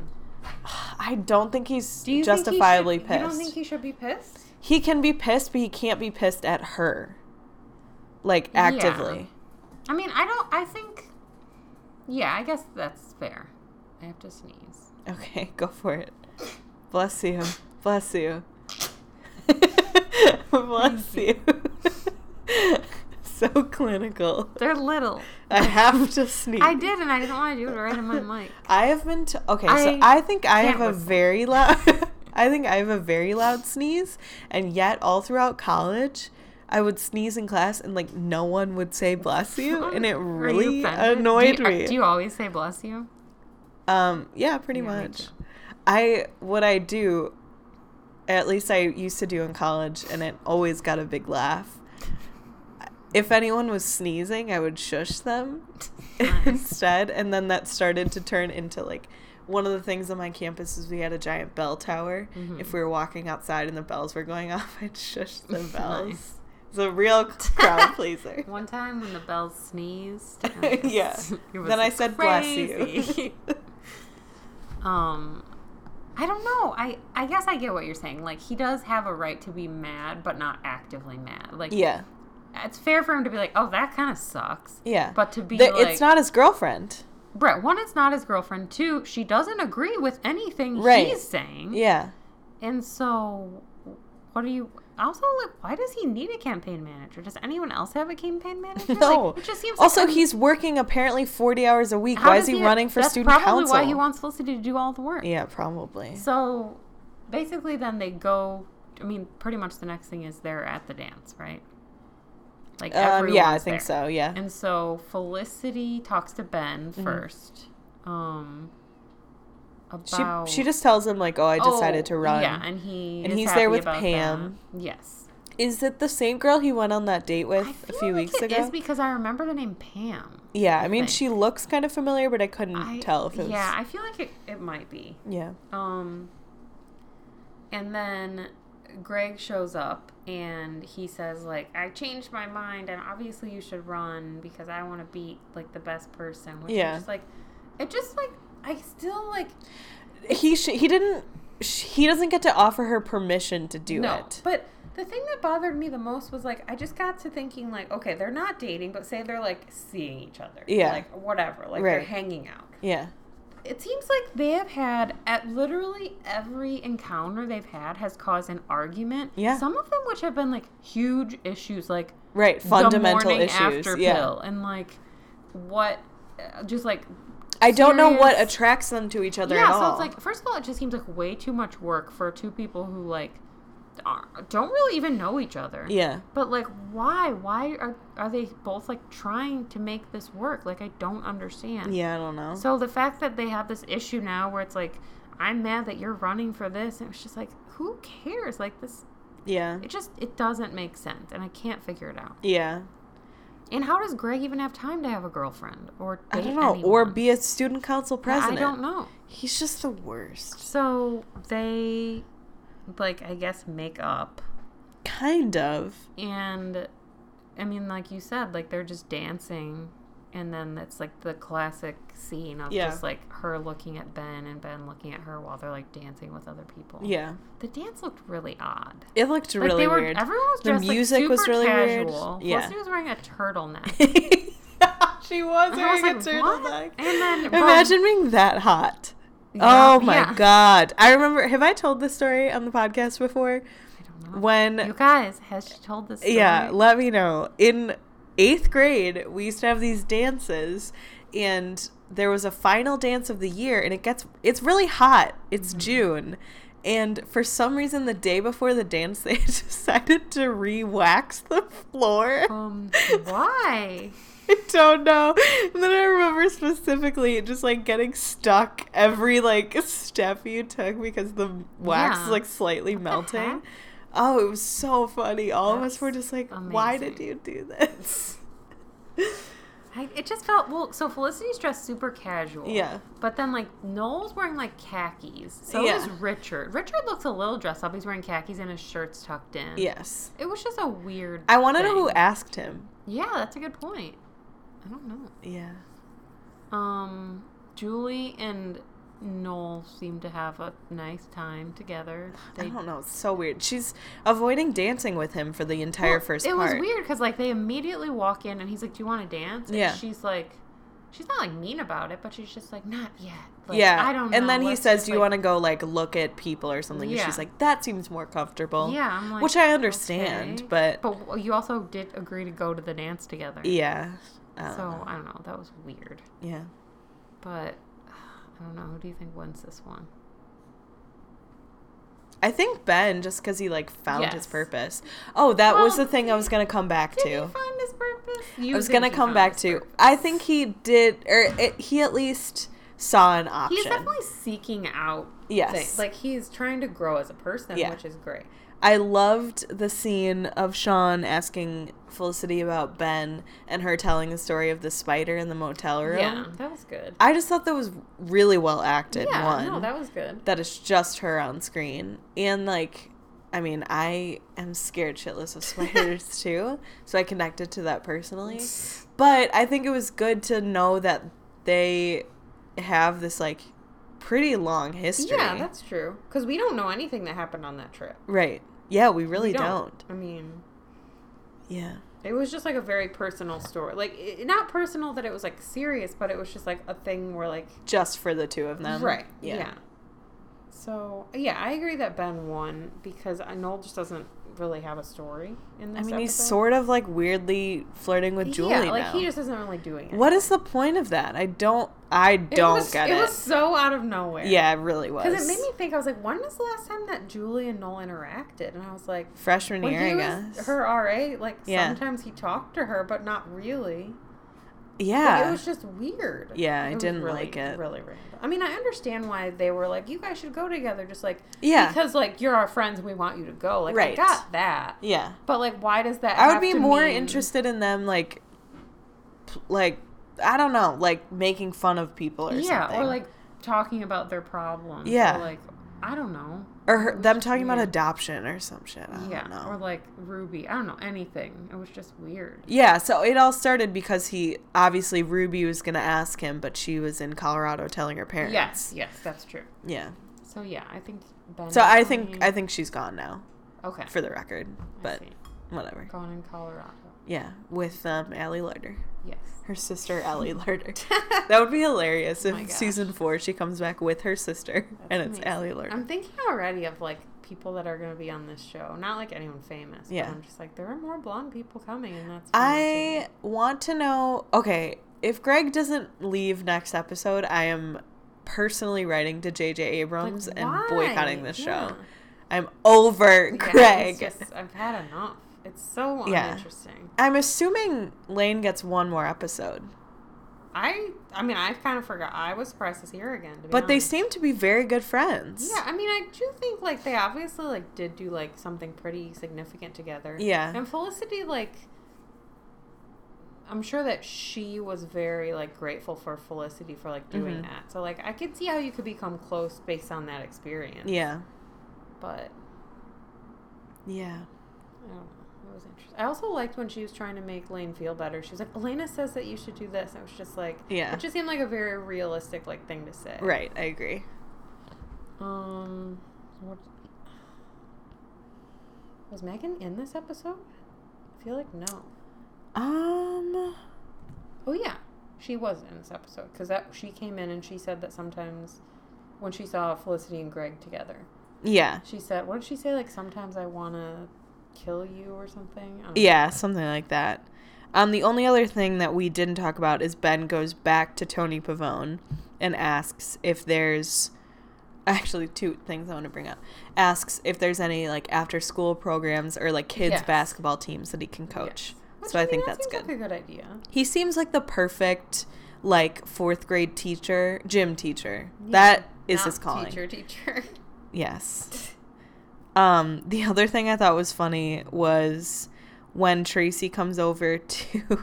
Speaker 3: I don't think he's
Speaker 2: Do you think he should-
Speaker 3: justifiably pissed.
Speaker 2: You don't think he should be pissed?
Speaker 3: he can be pissed, but he can't be pissed at her. Like
Speaker 2: Yeah.
Speaker 3: actively.
Speaker 2: I mean, I don't. I think. Yeah, I guess that's fair. I have to sneeze.
Speaker 3: Okay, go for it. Bless you. Bless you. Bless you. so clinical.
Speaker 2: They're little.
Speaker 3: I have to sneeze.
Speaker 2: I did, and I didn't want to do it right in my mic.
Speaker 3: I have been t- okay. so
Speaker 2: I
Speaker 3: I think I have
Speaker 2: can't
Speaker 3: a
Speaker 2: whistle.
Speaker 3: very loud. I think I have a very loud sneeze, and yet all throughout college, I would sneeze in class, and like no one would say "bless you," and it
Speaker 2: Are you
Speaker 3: really
Speaker 2: offended? Do
Speaker 3: annoyed
Speaker 2: you- uh,
Speaker 3: me.
Speaker 2: Do you always say bless you?
Speaker 3: Um, yeah, pretty
Speaker 2: Yeah, me
Speaker 3: much.
Speaker 2: too.
Speaker 3: I what I do, at least I used to do in college, and it always got a big laugh. If anyone was sneezing, I would shush them
Speaker 2: Nice.
Speaker 3: instead, and then that started to turn into like one of the things on my campus is we had a giant bell tower.
Speaker 2: Mm-hmm.
Speaker 3: If we were walking outside and the bells were going off, I'd shush the bells.
Speaker 2: Nice.
Speaker 3: It's a real crowd pleaser.
Speaker 2: One time when the bell sneezed.
Speaker 3: Yeah.
Speaker 2: it was
Speaker 3: Then I said, "Bless you."
Speaker 2: crazy. um, I don't know. I I guess I get what you're saying. Like he does have a right to be mad, but not actively mad. Like
Speaker 3: Yeah,
Speaker 2: it's fair for him to be like, "Oh, that kind of sucks."
Speaker 3: yeah.
Speaker 2: But to be
Speaker 3: The-
Speaker 2: like,
Speaker 3: it's not his girlfriend.
Speaker 2: Brett. One, it's not his girlfriend. Two, she doesn't agree with anything
Speaker 3: Right.
Speaker 2: he's saying.
Speaker 3: Yeah.
Speaker 2: And so, what do you? Also, like, why does he need a campaign manager? Does anyone else have a campaign manager?
Speaker 3: No.
Speaker 2: Like, it just seems.
Speaker 3: Also,
Speaker 2: like a-
Speaker 3: he's working apparently 40 hours a week.
Speaker 2: how
Speaker 3: why is
Speaker 2: does
Speaker 3: he, running for
Speaker 2: that's
Speaker 3: student
Speaker 2: probably
Speaker 3: council?
Speaker 2: why he wants Felicity to do all the work.
Speaker 3: yeah, probably.
Speaker 2: So, basically, then they go. I mean, pretty much the next thing is they're at the dance, right? Like
Speaker 3: Um, yeah, I
Speaker 2: everyone's
Speaker 3: think
Speaker 2: there.
Speaker 3: so. Yeah.
Speaker 2: And so Felicity talks to Ben
Speaker 3: Mm-hmm.
Speaker 2: first. Um, about
Speaker 3: She she just tells him like, "Oh, I decided
Speaker 2: Oh,
Speaker 3: to run."
Speaker 2: Yeah, and he
Speaker 3: And
Speaker 2: is
Speaker 3: he's there
Speaker 2: happy
Speaker 3: with
Speaker 2: about
Speaker 3: Pam.
Speaker 2: that. Yes,
Speaker 3: Is it the same girl he went on that date with
Speaker 2: I
Speaker 3: a
Speaker 2: feel
Speaker 3: few
Speaker 2: like
Speaker 3: weeks
Speaker 2: it
Speaker 3: ago?
Speaker 2: is because I remember the name Pam.
Speaker 3: yeah, I mean,
Speaker 2: think.
Speaker 3: she looks kind of familiar, but I couldn't
Speaker 2: I
Speaker 3: tell if it was.
Speaker 2: Yeah, I feel like it, it might be.
Speaker 3: yeah.
Speaker 2: Um, and then Greg shows up and he says like, "I changed my mind, and obviously you should run because I want to beat like the best person." Which
Speaker 3: Yeah.
Speaker 2: yeah, just like it just like I still like
Speaker 3: He sh- he didn't. Sh- he doesn't get to offer her permission to do
Speaker 2: no.
Speaker 3: it.
Speaker 2: But the thing that bothered me the most was like I just got to thinking like, okay, they're not dating, but say they're like seeing each other,
Speaker 3: Yeah.
Speaker 2: like whatever, like they're
Speaker 3: Right.
Speaker 2: hanging out.
Speaker 3: Yeah.
Speaker 2: It seems like they have had at literally every encounter they've had has caused an argument.
Speaker 3: Yeah.
Speaker 2: Some of them which have been like huge issues, like
Speaker 3: Right. Fundamental
Speaker 2: the morning
Speaker 3: issues.
Speaker 2: after
Speaker 3: yeah.
Speaker 2: pill and like what, uh, just like
Speaker 3: I don't know what
Speaker 2: serious-
Speaker 3: attracts them to each other
Speaker 2: yeah.
Speaker 3: at
Speaker 2: So
Speaker 3: all.
Speaker 2: it's like first of all, it just seems like way too much work for two people who like aren't- don't really even know each other.
Speaker 3: yeah.
Speaker 2: But like, why? Why are are they both like trying to make this work? Like, I don't understand.
Speaker 3: Yeah. I don't know.
Speaker 2: So the fact that they have this issue now where it's like, I'm mad that you're running for this, and it's just like, who cares? Like this,
Speaker 3: yeah.
Speaker 2: it just it doesn't make sense, and I can't figure it out.
Speaker 3: Yeah.
Speaker 2: And how does Greg even have time to have a girlfriend or
Speaker 3: I
Speaker 2: date
Speaker 3: don't know. Or
Speaker 2: anyone?
Speaker 3: be a student council
Speaker 2: Yeah,
Speaker 3: president.
Speaker 2: I don't know.
Speaker 3: He's just the worst.
Speaker 2: So they, like, I guess make up,
Speaker 3: Kind of.
Speaker 2: and I mean, like you said, like they're just dancing. And then it's like the classic scene of
Speaker 3: Yeah.
Speaker 2: just like her looking at Ben and Ben looking at her while they're like dancing with other people.
Speaker 3: Yeah.
Speaker 2: The dance looked really odd.
Speaker 3: It looked
Speaker 2: Like
Speaker 3: really
Speaker 2: they were,
Speaker 3: weird.
Speaker 2: everyone was
Speaker 3: The
Speaker 2: dressed
Speaker 3: music
Speaker 2: like
Speaker 3: was
Speaker 2: super
Speaker 3: really weird.
Speaker 2: casual.
Speaker 3: Yeah.
Speaker 2: Felicity was wearing a turtleneck.
Speaker 3: she was
Speaker 2: And I was
Speaker 3: wearing a
Speaker 2: like,
Speaker 3: turtleneck.
Speaker 2: "What?" And then
Speaker 3: Imagine being that hot.
Speaker 2: Yeah,
Speaker 3: Oh my
Speaker 2: yeah.
Speaker 3: god. I remember have I told this story on the podcast before?
Speaker 2: You
Speaker 3: when
Speaker 2: guys, has she told this? Story?
Speaker 3: yeah, let me know. In eighth grade, we used to have these dances, and there was a final dance of the year, and it gets it's really hot. It's
Speaker 2: Mm-hmm.
Speaker 3: June. And for some reason, the day before the dance, they decided to re wax the floor.
Speaker 2: Um, why?
Speaker 3: I don't know. And then I remember specifically just like getting stuck every like step you took because the wax is
Speaker 2: Yeah.
Speaker 3: like slightly melting.
Speaker 2: heck?
Speaker 3: Oh, it was so funny. All of us
Speaker 2: That's
Speaker 3: were just like, why did
Speaker 2: amazing.
Speaker 3: you do this?
Speaker 2: I, it just felt well. So Felicity's dressed super casual.
Speaker 3: Yeah.
Speaker 2: But then like Noel's wearing like khakis. So
Speaker 3: Yeah.
Speaker 2: is Richard. Richard looks a little dressed up. He's wearing khakis and his shirt's tucked in.
Speaker 3: yes.
Speaker 2: It was just a weird.
Speaker 3: I want to know who
Speaker 2: thing.
Speaker 3: asked him.
Speaker 2: Yeah, that's a good point. I don't know.
Speaker 3: Yeah.
Speaker 2: Um, Julie and Noel seem to have a nice time together.
Speaker 3: I don't know. It's so weird. She's avoiding dancing with him for the
Speaker 2: Well,
Speaker 3: entire first
Speaker 2: it was
Speaker 3: part.
Speaker 2: weird because like they immediately walk in and he's like, "Do you want to dance?" And
Speaker 3: Yeah.
Speaker 2: She's like, she's not like mean about it, but she's just like, "Not yet." Like,
Speaker 3: yeah.
Speaker 2: I don't.
Speaker 3: And
Speaker 2: know.
Speaker 3: then he
Speaker 2: Let's
Speaker 3: says,
Speaker 2: just,
Speaker 3: Do you
Speaker 2: like-
Speaker 3: want to go like look at people or something? And
Speaker 2: Yeah.
Speaker 3: she's like, That seems more comfortable.
Speaker 2: Yeah, I'm like,
Speaker 3: Which I understand,
Speaker 2: okay.
Speaker 3: but-
Speaker 2: but w- you also did agree to go to the dance together.
Speaker 3: Yeah. I don't
Speaker 2: So
Speaker 3: know.
Speaker 2: I don't know. That was weird.
Speaker 3: yeah.
Speaker 2: But I don't know. Who do you think wins this one?
Speaker 3: I think Ben, just because he like found his
Speaker 2: Yes.
Speaker 3: purpose. Oh, that was
Speaker 2: Well,
Speaker 3: the thing I was gonna come back
Speaker 2: Did he
Speaker 3: to.
Speaker 2: find his purpose? You
Speaker 3: I was
Speaker 2: think
Speaker 3: gonna
Speaker 2: he
Speaker 3: come
Speaker 2: found
Speaker 3: back
Speaker 2: his
Speaker 3: to.
Speaker 2: purpose.
Speaker 3: I think he did, or it, he at least saw an option.
Speaker 2: He's definitely seeking out.
Speaker 3: Yes.
Speaker 2: Things. Like he's trying to grow as a person,
Speaker 3: Yeah.
Speaker 2: which is great.
Speaker 3: I loved the scene of Sean asking Felicity about Ben and her telling the story of the spider in the motel room.
Speaker 2: Yeah, that was good.
Speaker 3: I just thought that was really well acted.
Speaker 2: yeah,
Speaker 3: one.
Speaker 2: no, that was good.
Speaker 3: that it's just her on screen. And like, I mean, I am scared shitless of spiders too, so I connected to that personally. But I think it was good to know that they have this like pretty long history.
Speaker 2: Yeah, that's true. Because we don't know anything that happened on that trip.
Speaker 3: right. Yeah, we really
Speaker 2: We
Speaker 3: don't.
Speaker 2: I mean,
Speaker 3: Yeah.
Speaker 2: It was just like a very personal story. Like, it, not personal that it was like serious, but it was just like a thing where, like,
Speaker 3: Just for the two of them.
Speaker 2: Yeah. So, yeah, I agree that Ben won because uh, Noel just doesn't really have a story in this.
Speaker 3: I mean, he's
Speaker 2: episode.
Speaker 3: sort of like weirdly flirting with Julie
Speaker 2: Yeah, like,
Speaker 3: now.
Speaker 2: he just isn't really doing it.
Speaker 3: what is the point of that? I don't. I
Speaker 2: It
Speaker 3: don't
Speaker 2: was-
Speaker 3: get
Speaker 2: it.
Speaker 3: it.
Speaker 2: was so out of nowhere.
Speaker 3: yeah, it really was.
Speaker 2: Because it made me think, I was like, when was the last time that Julie and Noel interacted? And I was like,
Speaker 3: freshman
Speaker 2: when
Speaker 3: year,
Speaker 2: he
Speaker 3: I
Speaker 2: was
Speaker 3: guess.
Speaker 2: her RA, like,
Speaker 3: Yeah.
Speaker 2: sometimes he talked to her, but not really.
Speaker 3: yeah.
Speaker 2: Like, it was just weird.
Speaker 3: Yeah, I
Speaker 2: It was
Speaker 3: didn't
Speaker 2: really-
Speaker 3: like it.
Speaker 2: Really random. I mean, I understand why they were like, "You guys should go together," just like
Speaker 3: Yeah.
Speaker 2: because like you're our friends and we want you to go. Like,
Speaker 3: Right.
Speaker 2: I got that.
Speaker 3: yeah.
Speaker 2: But like, why does that?
Speaker 3: I would
Speaker 2: have
Speaker 3: be
Speaker 2: to
Speaker 3: more
Speaker 2: mean-
Speaker 3: interested in them like p- like I don't know, like making fun of people or
Speaker 2: yeah,
Speaker 3: something.
Speaker 2: or like talking about their problems.
Speaker 3: Yeah.
Speaker 2: or, like I don't know.
Speaker 3: or her,
Speaker 2: it was
Speaker 3: them
Speaker 2: just
Speaker 3: talking about
Speaker 2: weird.
Speaker 3: adoption or some shit. I
Speaker 2: yeah,
Speaker 3: don't know.
Speaker 2: or like Ruby. I don't know anything. It was just weird.
Speaker 3: yeah, so it all started because he obviously Ruby was going to ask him, but she was in Colorado telling her parents.
Speaker 2: Yes, yes, that's true.
Speaker 3: Yeah.
Speaker 2: So yeah, I think Ben.
Speaker 3: So
Speaker 2: is
Speaker 3: I think
Speaker 2: going-
Speaker 3: I think she's gone now,
Speaker 2: okay,
Speaker 3: for the record. But
Speaker 2: I see.
Speaker 3: whatever.
Speaker 2: gone in Colorado.
Speaker 3: Yeah, with um Allie Larder.
Speaker 2: Yes.
Speaker 3: Her sister Allie Larder. That would be hilarious
Speaker 2: Oh
Speaker 3: if
Speaker 2: my gosh.
Speaker 3: season four she comes back with her sister and it's
Speaker 2: amazing.
Speaker 3: Allie Larder.
Speaker 2: I'm thinking already of like people that are going to be on this show. Not like anyone famous.
Speaker 3: Yeah.
Speaker 2: But I'm just like there are more blonde people coming, and that's. fine,
Speaker 3: I want to know. Okay, if Greg doesn't leave next episode, I am personally writing to J.J.
Speaker 2: too. Like,
Speaker 3: Abrams and
Speaker 2: why?
Speaker 3: boycotting this
Speaker 2: Yeah.
Speaker 3: show. I'm over
Speaker 2: Yeah,
Speaker 3: Greg.
Speaker 2: it's just- I've had enough. It's so
Speaker 3: Yeah.
Speaker 2: uninteresting.
Speaker 3: I'm assuming Lane gets one more episode,
Speaker 2: I I mean I kind of forgot. I was surprised to see her again. To be
Speaker 3: but they
Speaker 2: honest.
Speaker 3: seem to be very good friends.
Speaker 2: Yeah, I mean I do think like they obviously like did do like something pretty significant together.
Speaker 3: Yeah.
Speaker 2: And Felicity like I'm sure that she was very like grateful for Felicity for like doing
Speaker 3: Mhm.
Speaker 2: that. So like I could see how you could become close based on that experience.
Speaker 3: Yeah.
Speaker 2: But
Speaker 3: Yeah.
Speaker 2: I don't know. It was interesting. I also liked when she was trying to make Lane feel better. She was like, Elena says that you should do this. And it was just like
Speaker 3: Yeah.
Speaker 2: it just seemed like a very realistic like thing to say.
Speaker 3: Right. I agree.
Speaker 2: Um what was Megan in this episode? I feel like no.
Speaker 3: Um.
Speaker 2: Oh yeah, she was in this episode because that she came in and she said that sometimes when she saw Felicity and Greg together,
Speaker 3: Yeah.
Speaker 4: She said, what did she say? Like, sometimes I want to kill you or something? I don't know.
Speaker 3: Yeah, something like that. Um, the only other thing that we didn't talk about is Ben goes back to Tony Pavone and asks if there's actually two things I want to bring up. Asks if there's any like after school programs or like kids
Speaker 4: Yes.
Speaker 3: basketball teams that he can coach.
Speaker 4: Which,
Speaker 3: So I
Speaker 4: mean,
Speaker 3: think
Speaker 4: that
Speaker 3: that's
Speaker 4: seems
Speaker 3: good.
Speaker 4: like a good idea.
Speaker 3: He seems like the perfect like fourth grade teacher, gym teacher.
Speaker 4: Yeah.
Speaker 3: that is
Speaker 2: Not
Speaker 3: his calling.
Speaker 2: Teacher, teacher.
Speaker 3: Yes. Um, the other thing I thought was funny was when Tracy comes over to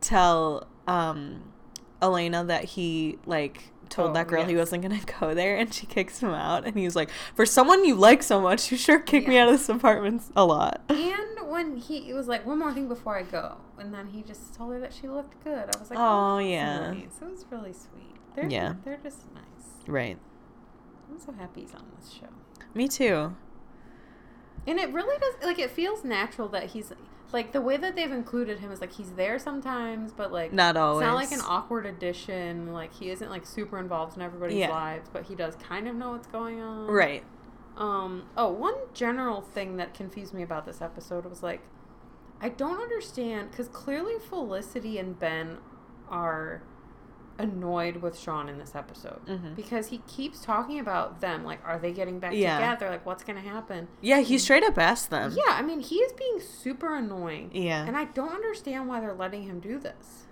Speaker 3: tell um, Elena that he like told
Speaker 4: Oh,
Speaker 3: that girl he
Speaker 4: yes.
Speaker 3: wasn't gonna go there, and she kicks him out, and he's like, "For someone you like so much, you sure kick me
Speaker 2: Yeah.
Speaker 3: out of this apartment a lot."
Speaker 2: and when he it was like one more thing before I go, and then he just told her that she looked good. I was like,
Speaker 3: Oh,
Speaker 2: that's
Speaker 3: yeah.
Speaker 2: nice. it was really sweet. They're,
Speaker 3: Yeah.
Speaker 2: they're just nice.
Speaker 3: Right.
Speaker 2: I'm so happy he's on this show.
Speaker 3: Me too.
Speaker 2: And it really does like it feels natural that he's like the way that they've included him is like he's there sometimes, but like
Speaker 3: Not
Speaker 2: it's
Speaker 3: always.
Speaker 2: not like an awkward addition. Like he isn't like super involved in everybody's
Speaker 3: Yeah.
Speaker 2: lives, but he does kind of know what's going on.
Speaker 3: Right.
Speaker 2: Um. Oh, one general thing that confused me about this episode was like, I don't understand because clearly Felicity and Ben are annoyed with Sean in this episode
Speaker 3: Mhm.
Speaker 2: because he keeps talking about them. Like, are they getting back
Speaker 3: Yeah.
Speaker 2: together? Like, what's gonna happen?
Speaker 3: Yeah, he straight up asked them.
Speaker 2: Mm. Yeah, I mean, he is being super annoying.
Speaker 3: Um, Yeah.
Speaker 2: And I don't understand why they're letting him do this.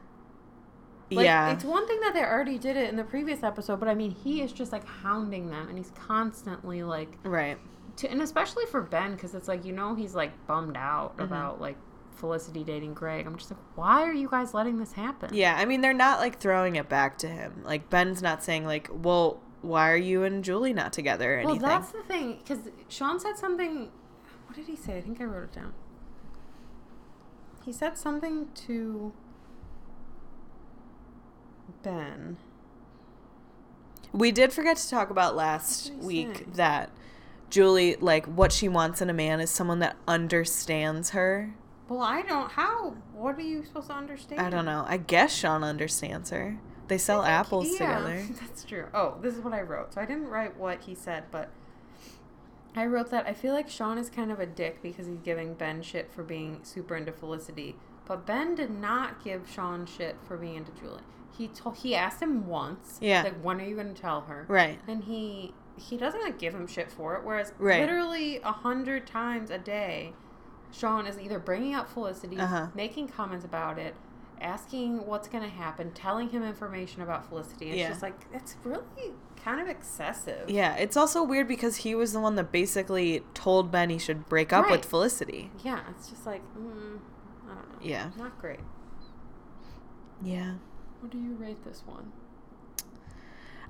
Speaker 2: Like,
Speaker 3: yeah.
Speaker 2: It's one thing that they already did it in the previous episode, but I mean, he is just like hounding them and he's constantly like,
Speaker 3: Right.
Speaker 2: to, and especially for Ben, because it's like, you know, he's like bummed out
Speaker 3: Mm-hmm.
Speaker 2: about like Felicity dating Greg. I'm just like, why are you guys letting this happen?
Speaker 3: Yeah, I mean they're not like throwing it back to him. Like Ben's not saying like, "Well, why are you and Julie not together?" or
Speaker 2: Well,
Speaker 3: anything.
Speaker 2: that's the thing, because Sean said something. What did he say? I think I wrote it down. He said something to Ben.
Speaker 3: we did forget to talk about last
Speaker 2: What did he
Speaker 3: week
Speaker 2: say?
Speaker 3: that Julie like what she wants in a man is someone that understands her.
Speaker 2: Well, I don't. How? What are you supposed to understand?
Speaker 3: I don't know. I guess Sean understands her. They sell
Speaker 2: I think-
Speaker 3: apples
Speaker 2: yeah,
Speaker 3: together.
Speaker 2: That's true. Oh, this is what I wrote. So I didn't write what he said, but I wrote that I feel like Sean is kind of a dick because he's giving Ben shit for being super into Felicity, but Ben did not give Sean shit for being into Julie. He told he asked him once,
Speaker 3: Yeah.
Speaker 2: like when are you going to tell her?
Speaker 3: Right.
Speaker 2: And he he doesn't like give him shit for it. Whereas
Speaker 3: Right.
Speaker 2: literally a hundred times a day, Sean is either bringing up Felicity,
Speaker 3: Uh-huh.
Speaker 2: making comments about it, asking what's going to happen, telling him information about Felicity. It's
Speaker 3: Yeah.
Speaker 2: just like it's really kind of excessive.
Speaker 3: Yeah, it's also weird because he was the one that basically told Ben he should break up
Speaker 2: Right.
Speaker 3: with Felicity.
Speaker 2: Yeah, it's just like mm, I don't know.
Speaker 3: Yeah.
Speaker 2: not great.
Speaker 3: Yeah.
Speaker 2: What do you rate this one?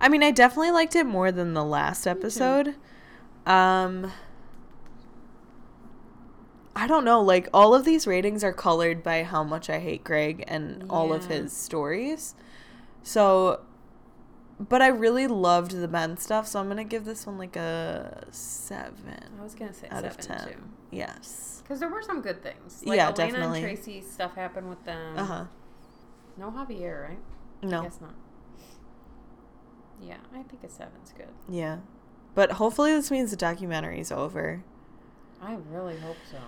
Speaker 3: I mean, I definitely liked it more than the last episode. Um I don't know, like all of these ratings are colored by how much I hate Greg and all of
Speaker 2: Yeah.
Speaker 3: his stories. So but I really loved the Ben stuff, so I'm going to give this one like a 7
Speaker 2: I was going to say
Speaker 3: out
Speaker 2: seven
Speaker 3: of 10.
Speaker 2: too.
Speaker 3: Yes.
Speaker 2: Because there were some good things. Like
Speaker 3: Yeah,
Speaker 2: Elena
Speaker 3: definitely.
Speaker 2: and Tracy stuff happened with them.
Speaker 3: Uh-huh.
Speaker 2: No Javier, right? I
Speaker 3: No.
Speaker 2: guess not. Yeah, I think a seven's good.
Speaker 3: Yeah. But hopefully this means the documentary's over.
Speaker 2: I really hope so.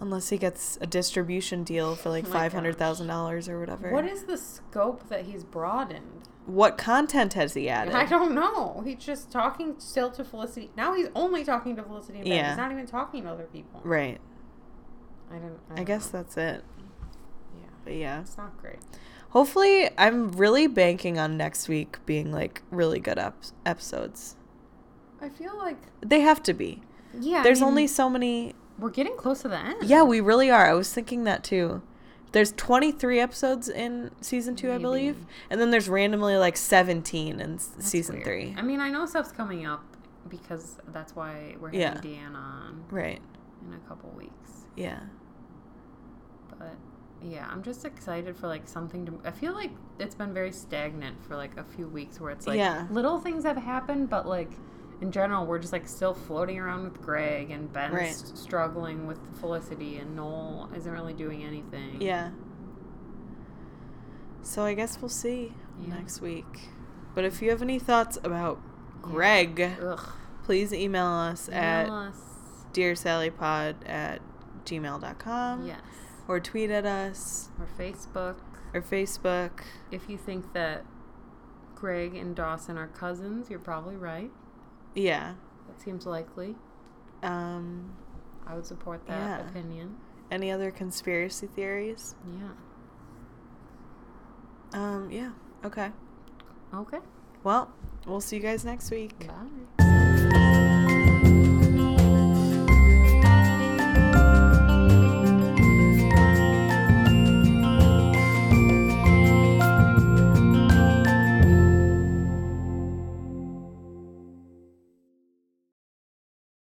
Speaker 3: Unless he gets a distribution deal for like
Speaker 2: Oh my gosh.
Speaker 3: $500,000 or whatever.
Speaker 2: What is the scope that he's broadened?
Speaker 3: what content has he added?
Speaker 2: I don't know. He's just talking still to Felicity. Now he's only talking to Felicity and Ben.
Speaker 3: Yeah.
Speaker 2: He's not even talking to other people.
Speaker 3: Right.
Speaker 2: I don't. I,
Speaker 3: I
Speaker 2: don't
Speaker 3: guess
Speaker 2: know.
Speaker 3: that's it.
Speaker 2: Yeah,
Speaker 3: But yeah.
Speaker 2: it's not great.
Speaker 3: Hopefully, I'm really banking on next week being like really good up- episodes.
Speaker 2: I feel like
Speaker 3: They have to be.
Speaker 2: yeah. I
Speaker 3: There's
Speaker 2: mean,
Speaker 3: only so many.
Speaker 2: we're getting close to the end.
Speaker 3: Yeah, we really are. I was thinking that too. There's 23 episodes in season two, I believe.
Speaker 2: Maybe.
Speaker 3: And then there's randomly like 17 in s
Speaker 2: That's
Speaker 3: season
Speaker 2: weird.
Speaker 3: three.
Speaker 2: I mean, I know stuff's coming up because that's why we're having
Speaker 3: Yeah.
Speaker 2: Deanna on
Speaker 3: Right.
Speaker 2: in a couple weeks.
Speaker 3: Yeah.
Speaker 2: But yeah, I'm just excited for like something to. I feel like it's been very stagnant for like a few weeks where it's like
Speaker 3: Yeah.
Speaker 2: little things have happened, but like in general, we're just like still floating around with Greg and Ben's
Speaker 3: Right.
Speaker 2: struggling with Felicity and Noel isn't really doing anything.
Speaker 3: Yeah. So I guess we'll see
Speaker 2: Yeah.
Speaker 3: next week. But if you have any thoughts about Greg.
Speaker 2: Ugh.
Speaker 3: please email us at
Speaker 2: Email us.
Speaker 3: dearsallypod at gmail.com
Speaker 2: Yes.
Speaker 3: or tweet at us
Speaker 2: Or Facebook.
Speaker 3: or Facebook.
Speaker 2: If you think that Greg and Dawson are cousins, you're probably right.
Speaker 3: Yeah.
Speaker 2: That seems likely.
Speaker 3: Um,
Speaker 2: I would support that
Speaker 3: Yeah.
Speaker 2: opinion.
Speaker 3: any other conspiracy theories?
Speaker 2: Yeah.
Speaker 3: Um, yeah. Okay.
Speaker 2: Okay.
Speaker 3: Well, we'll see you guys next week.
Speaker 2: Bye.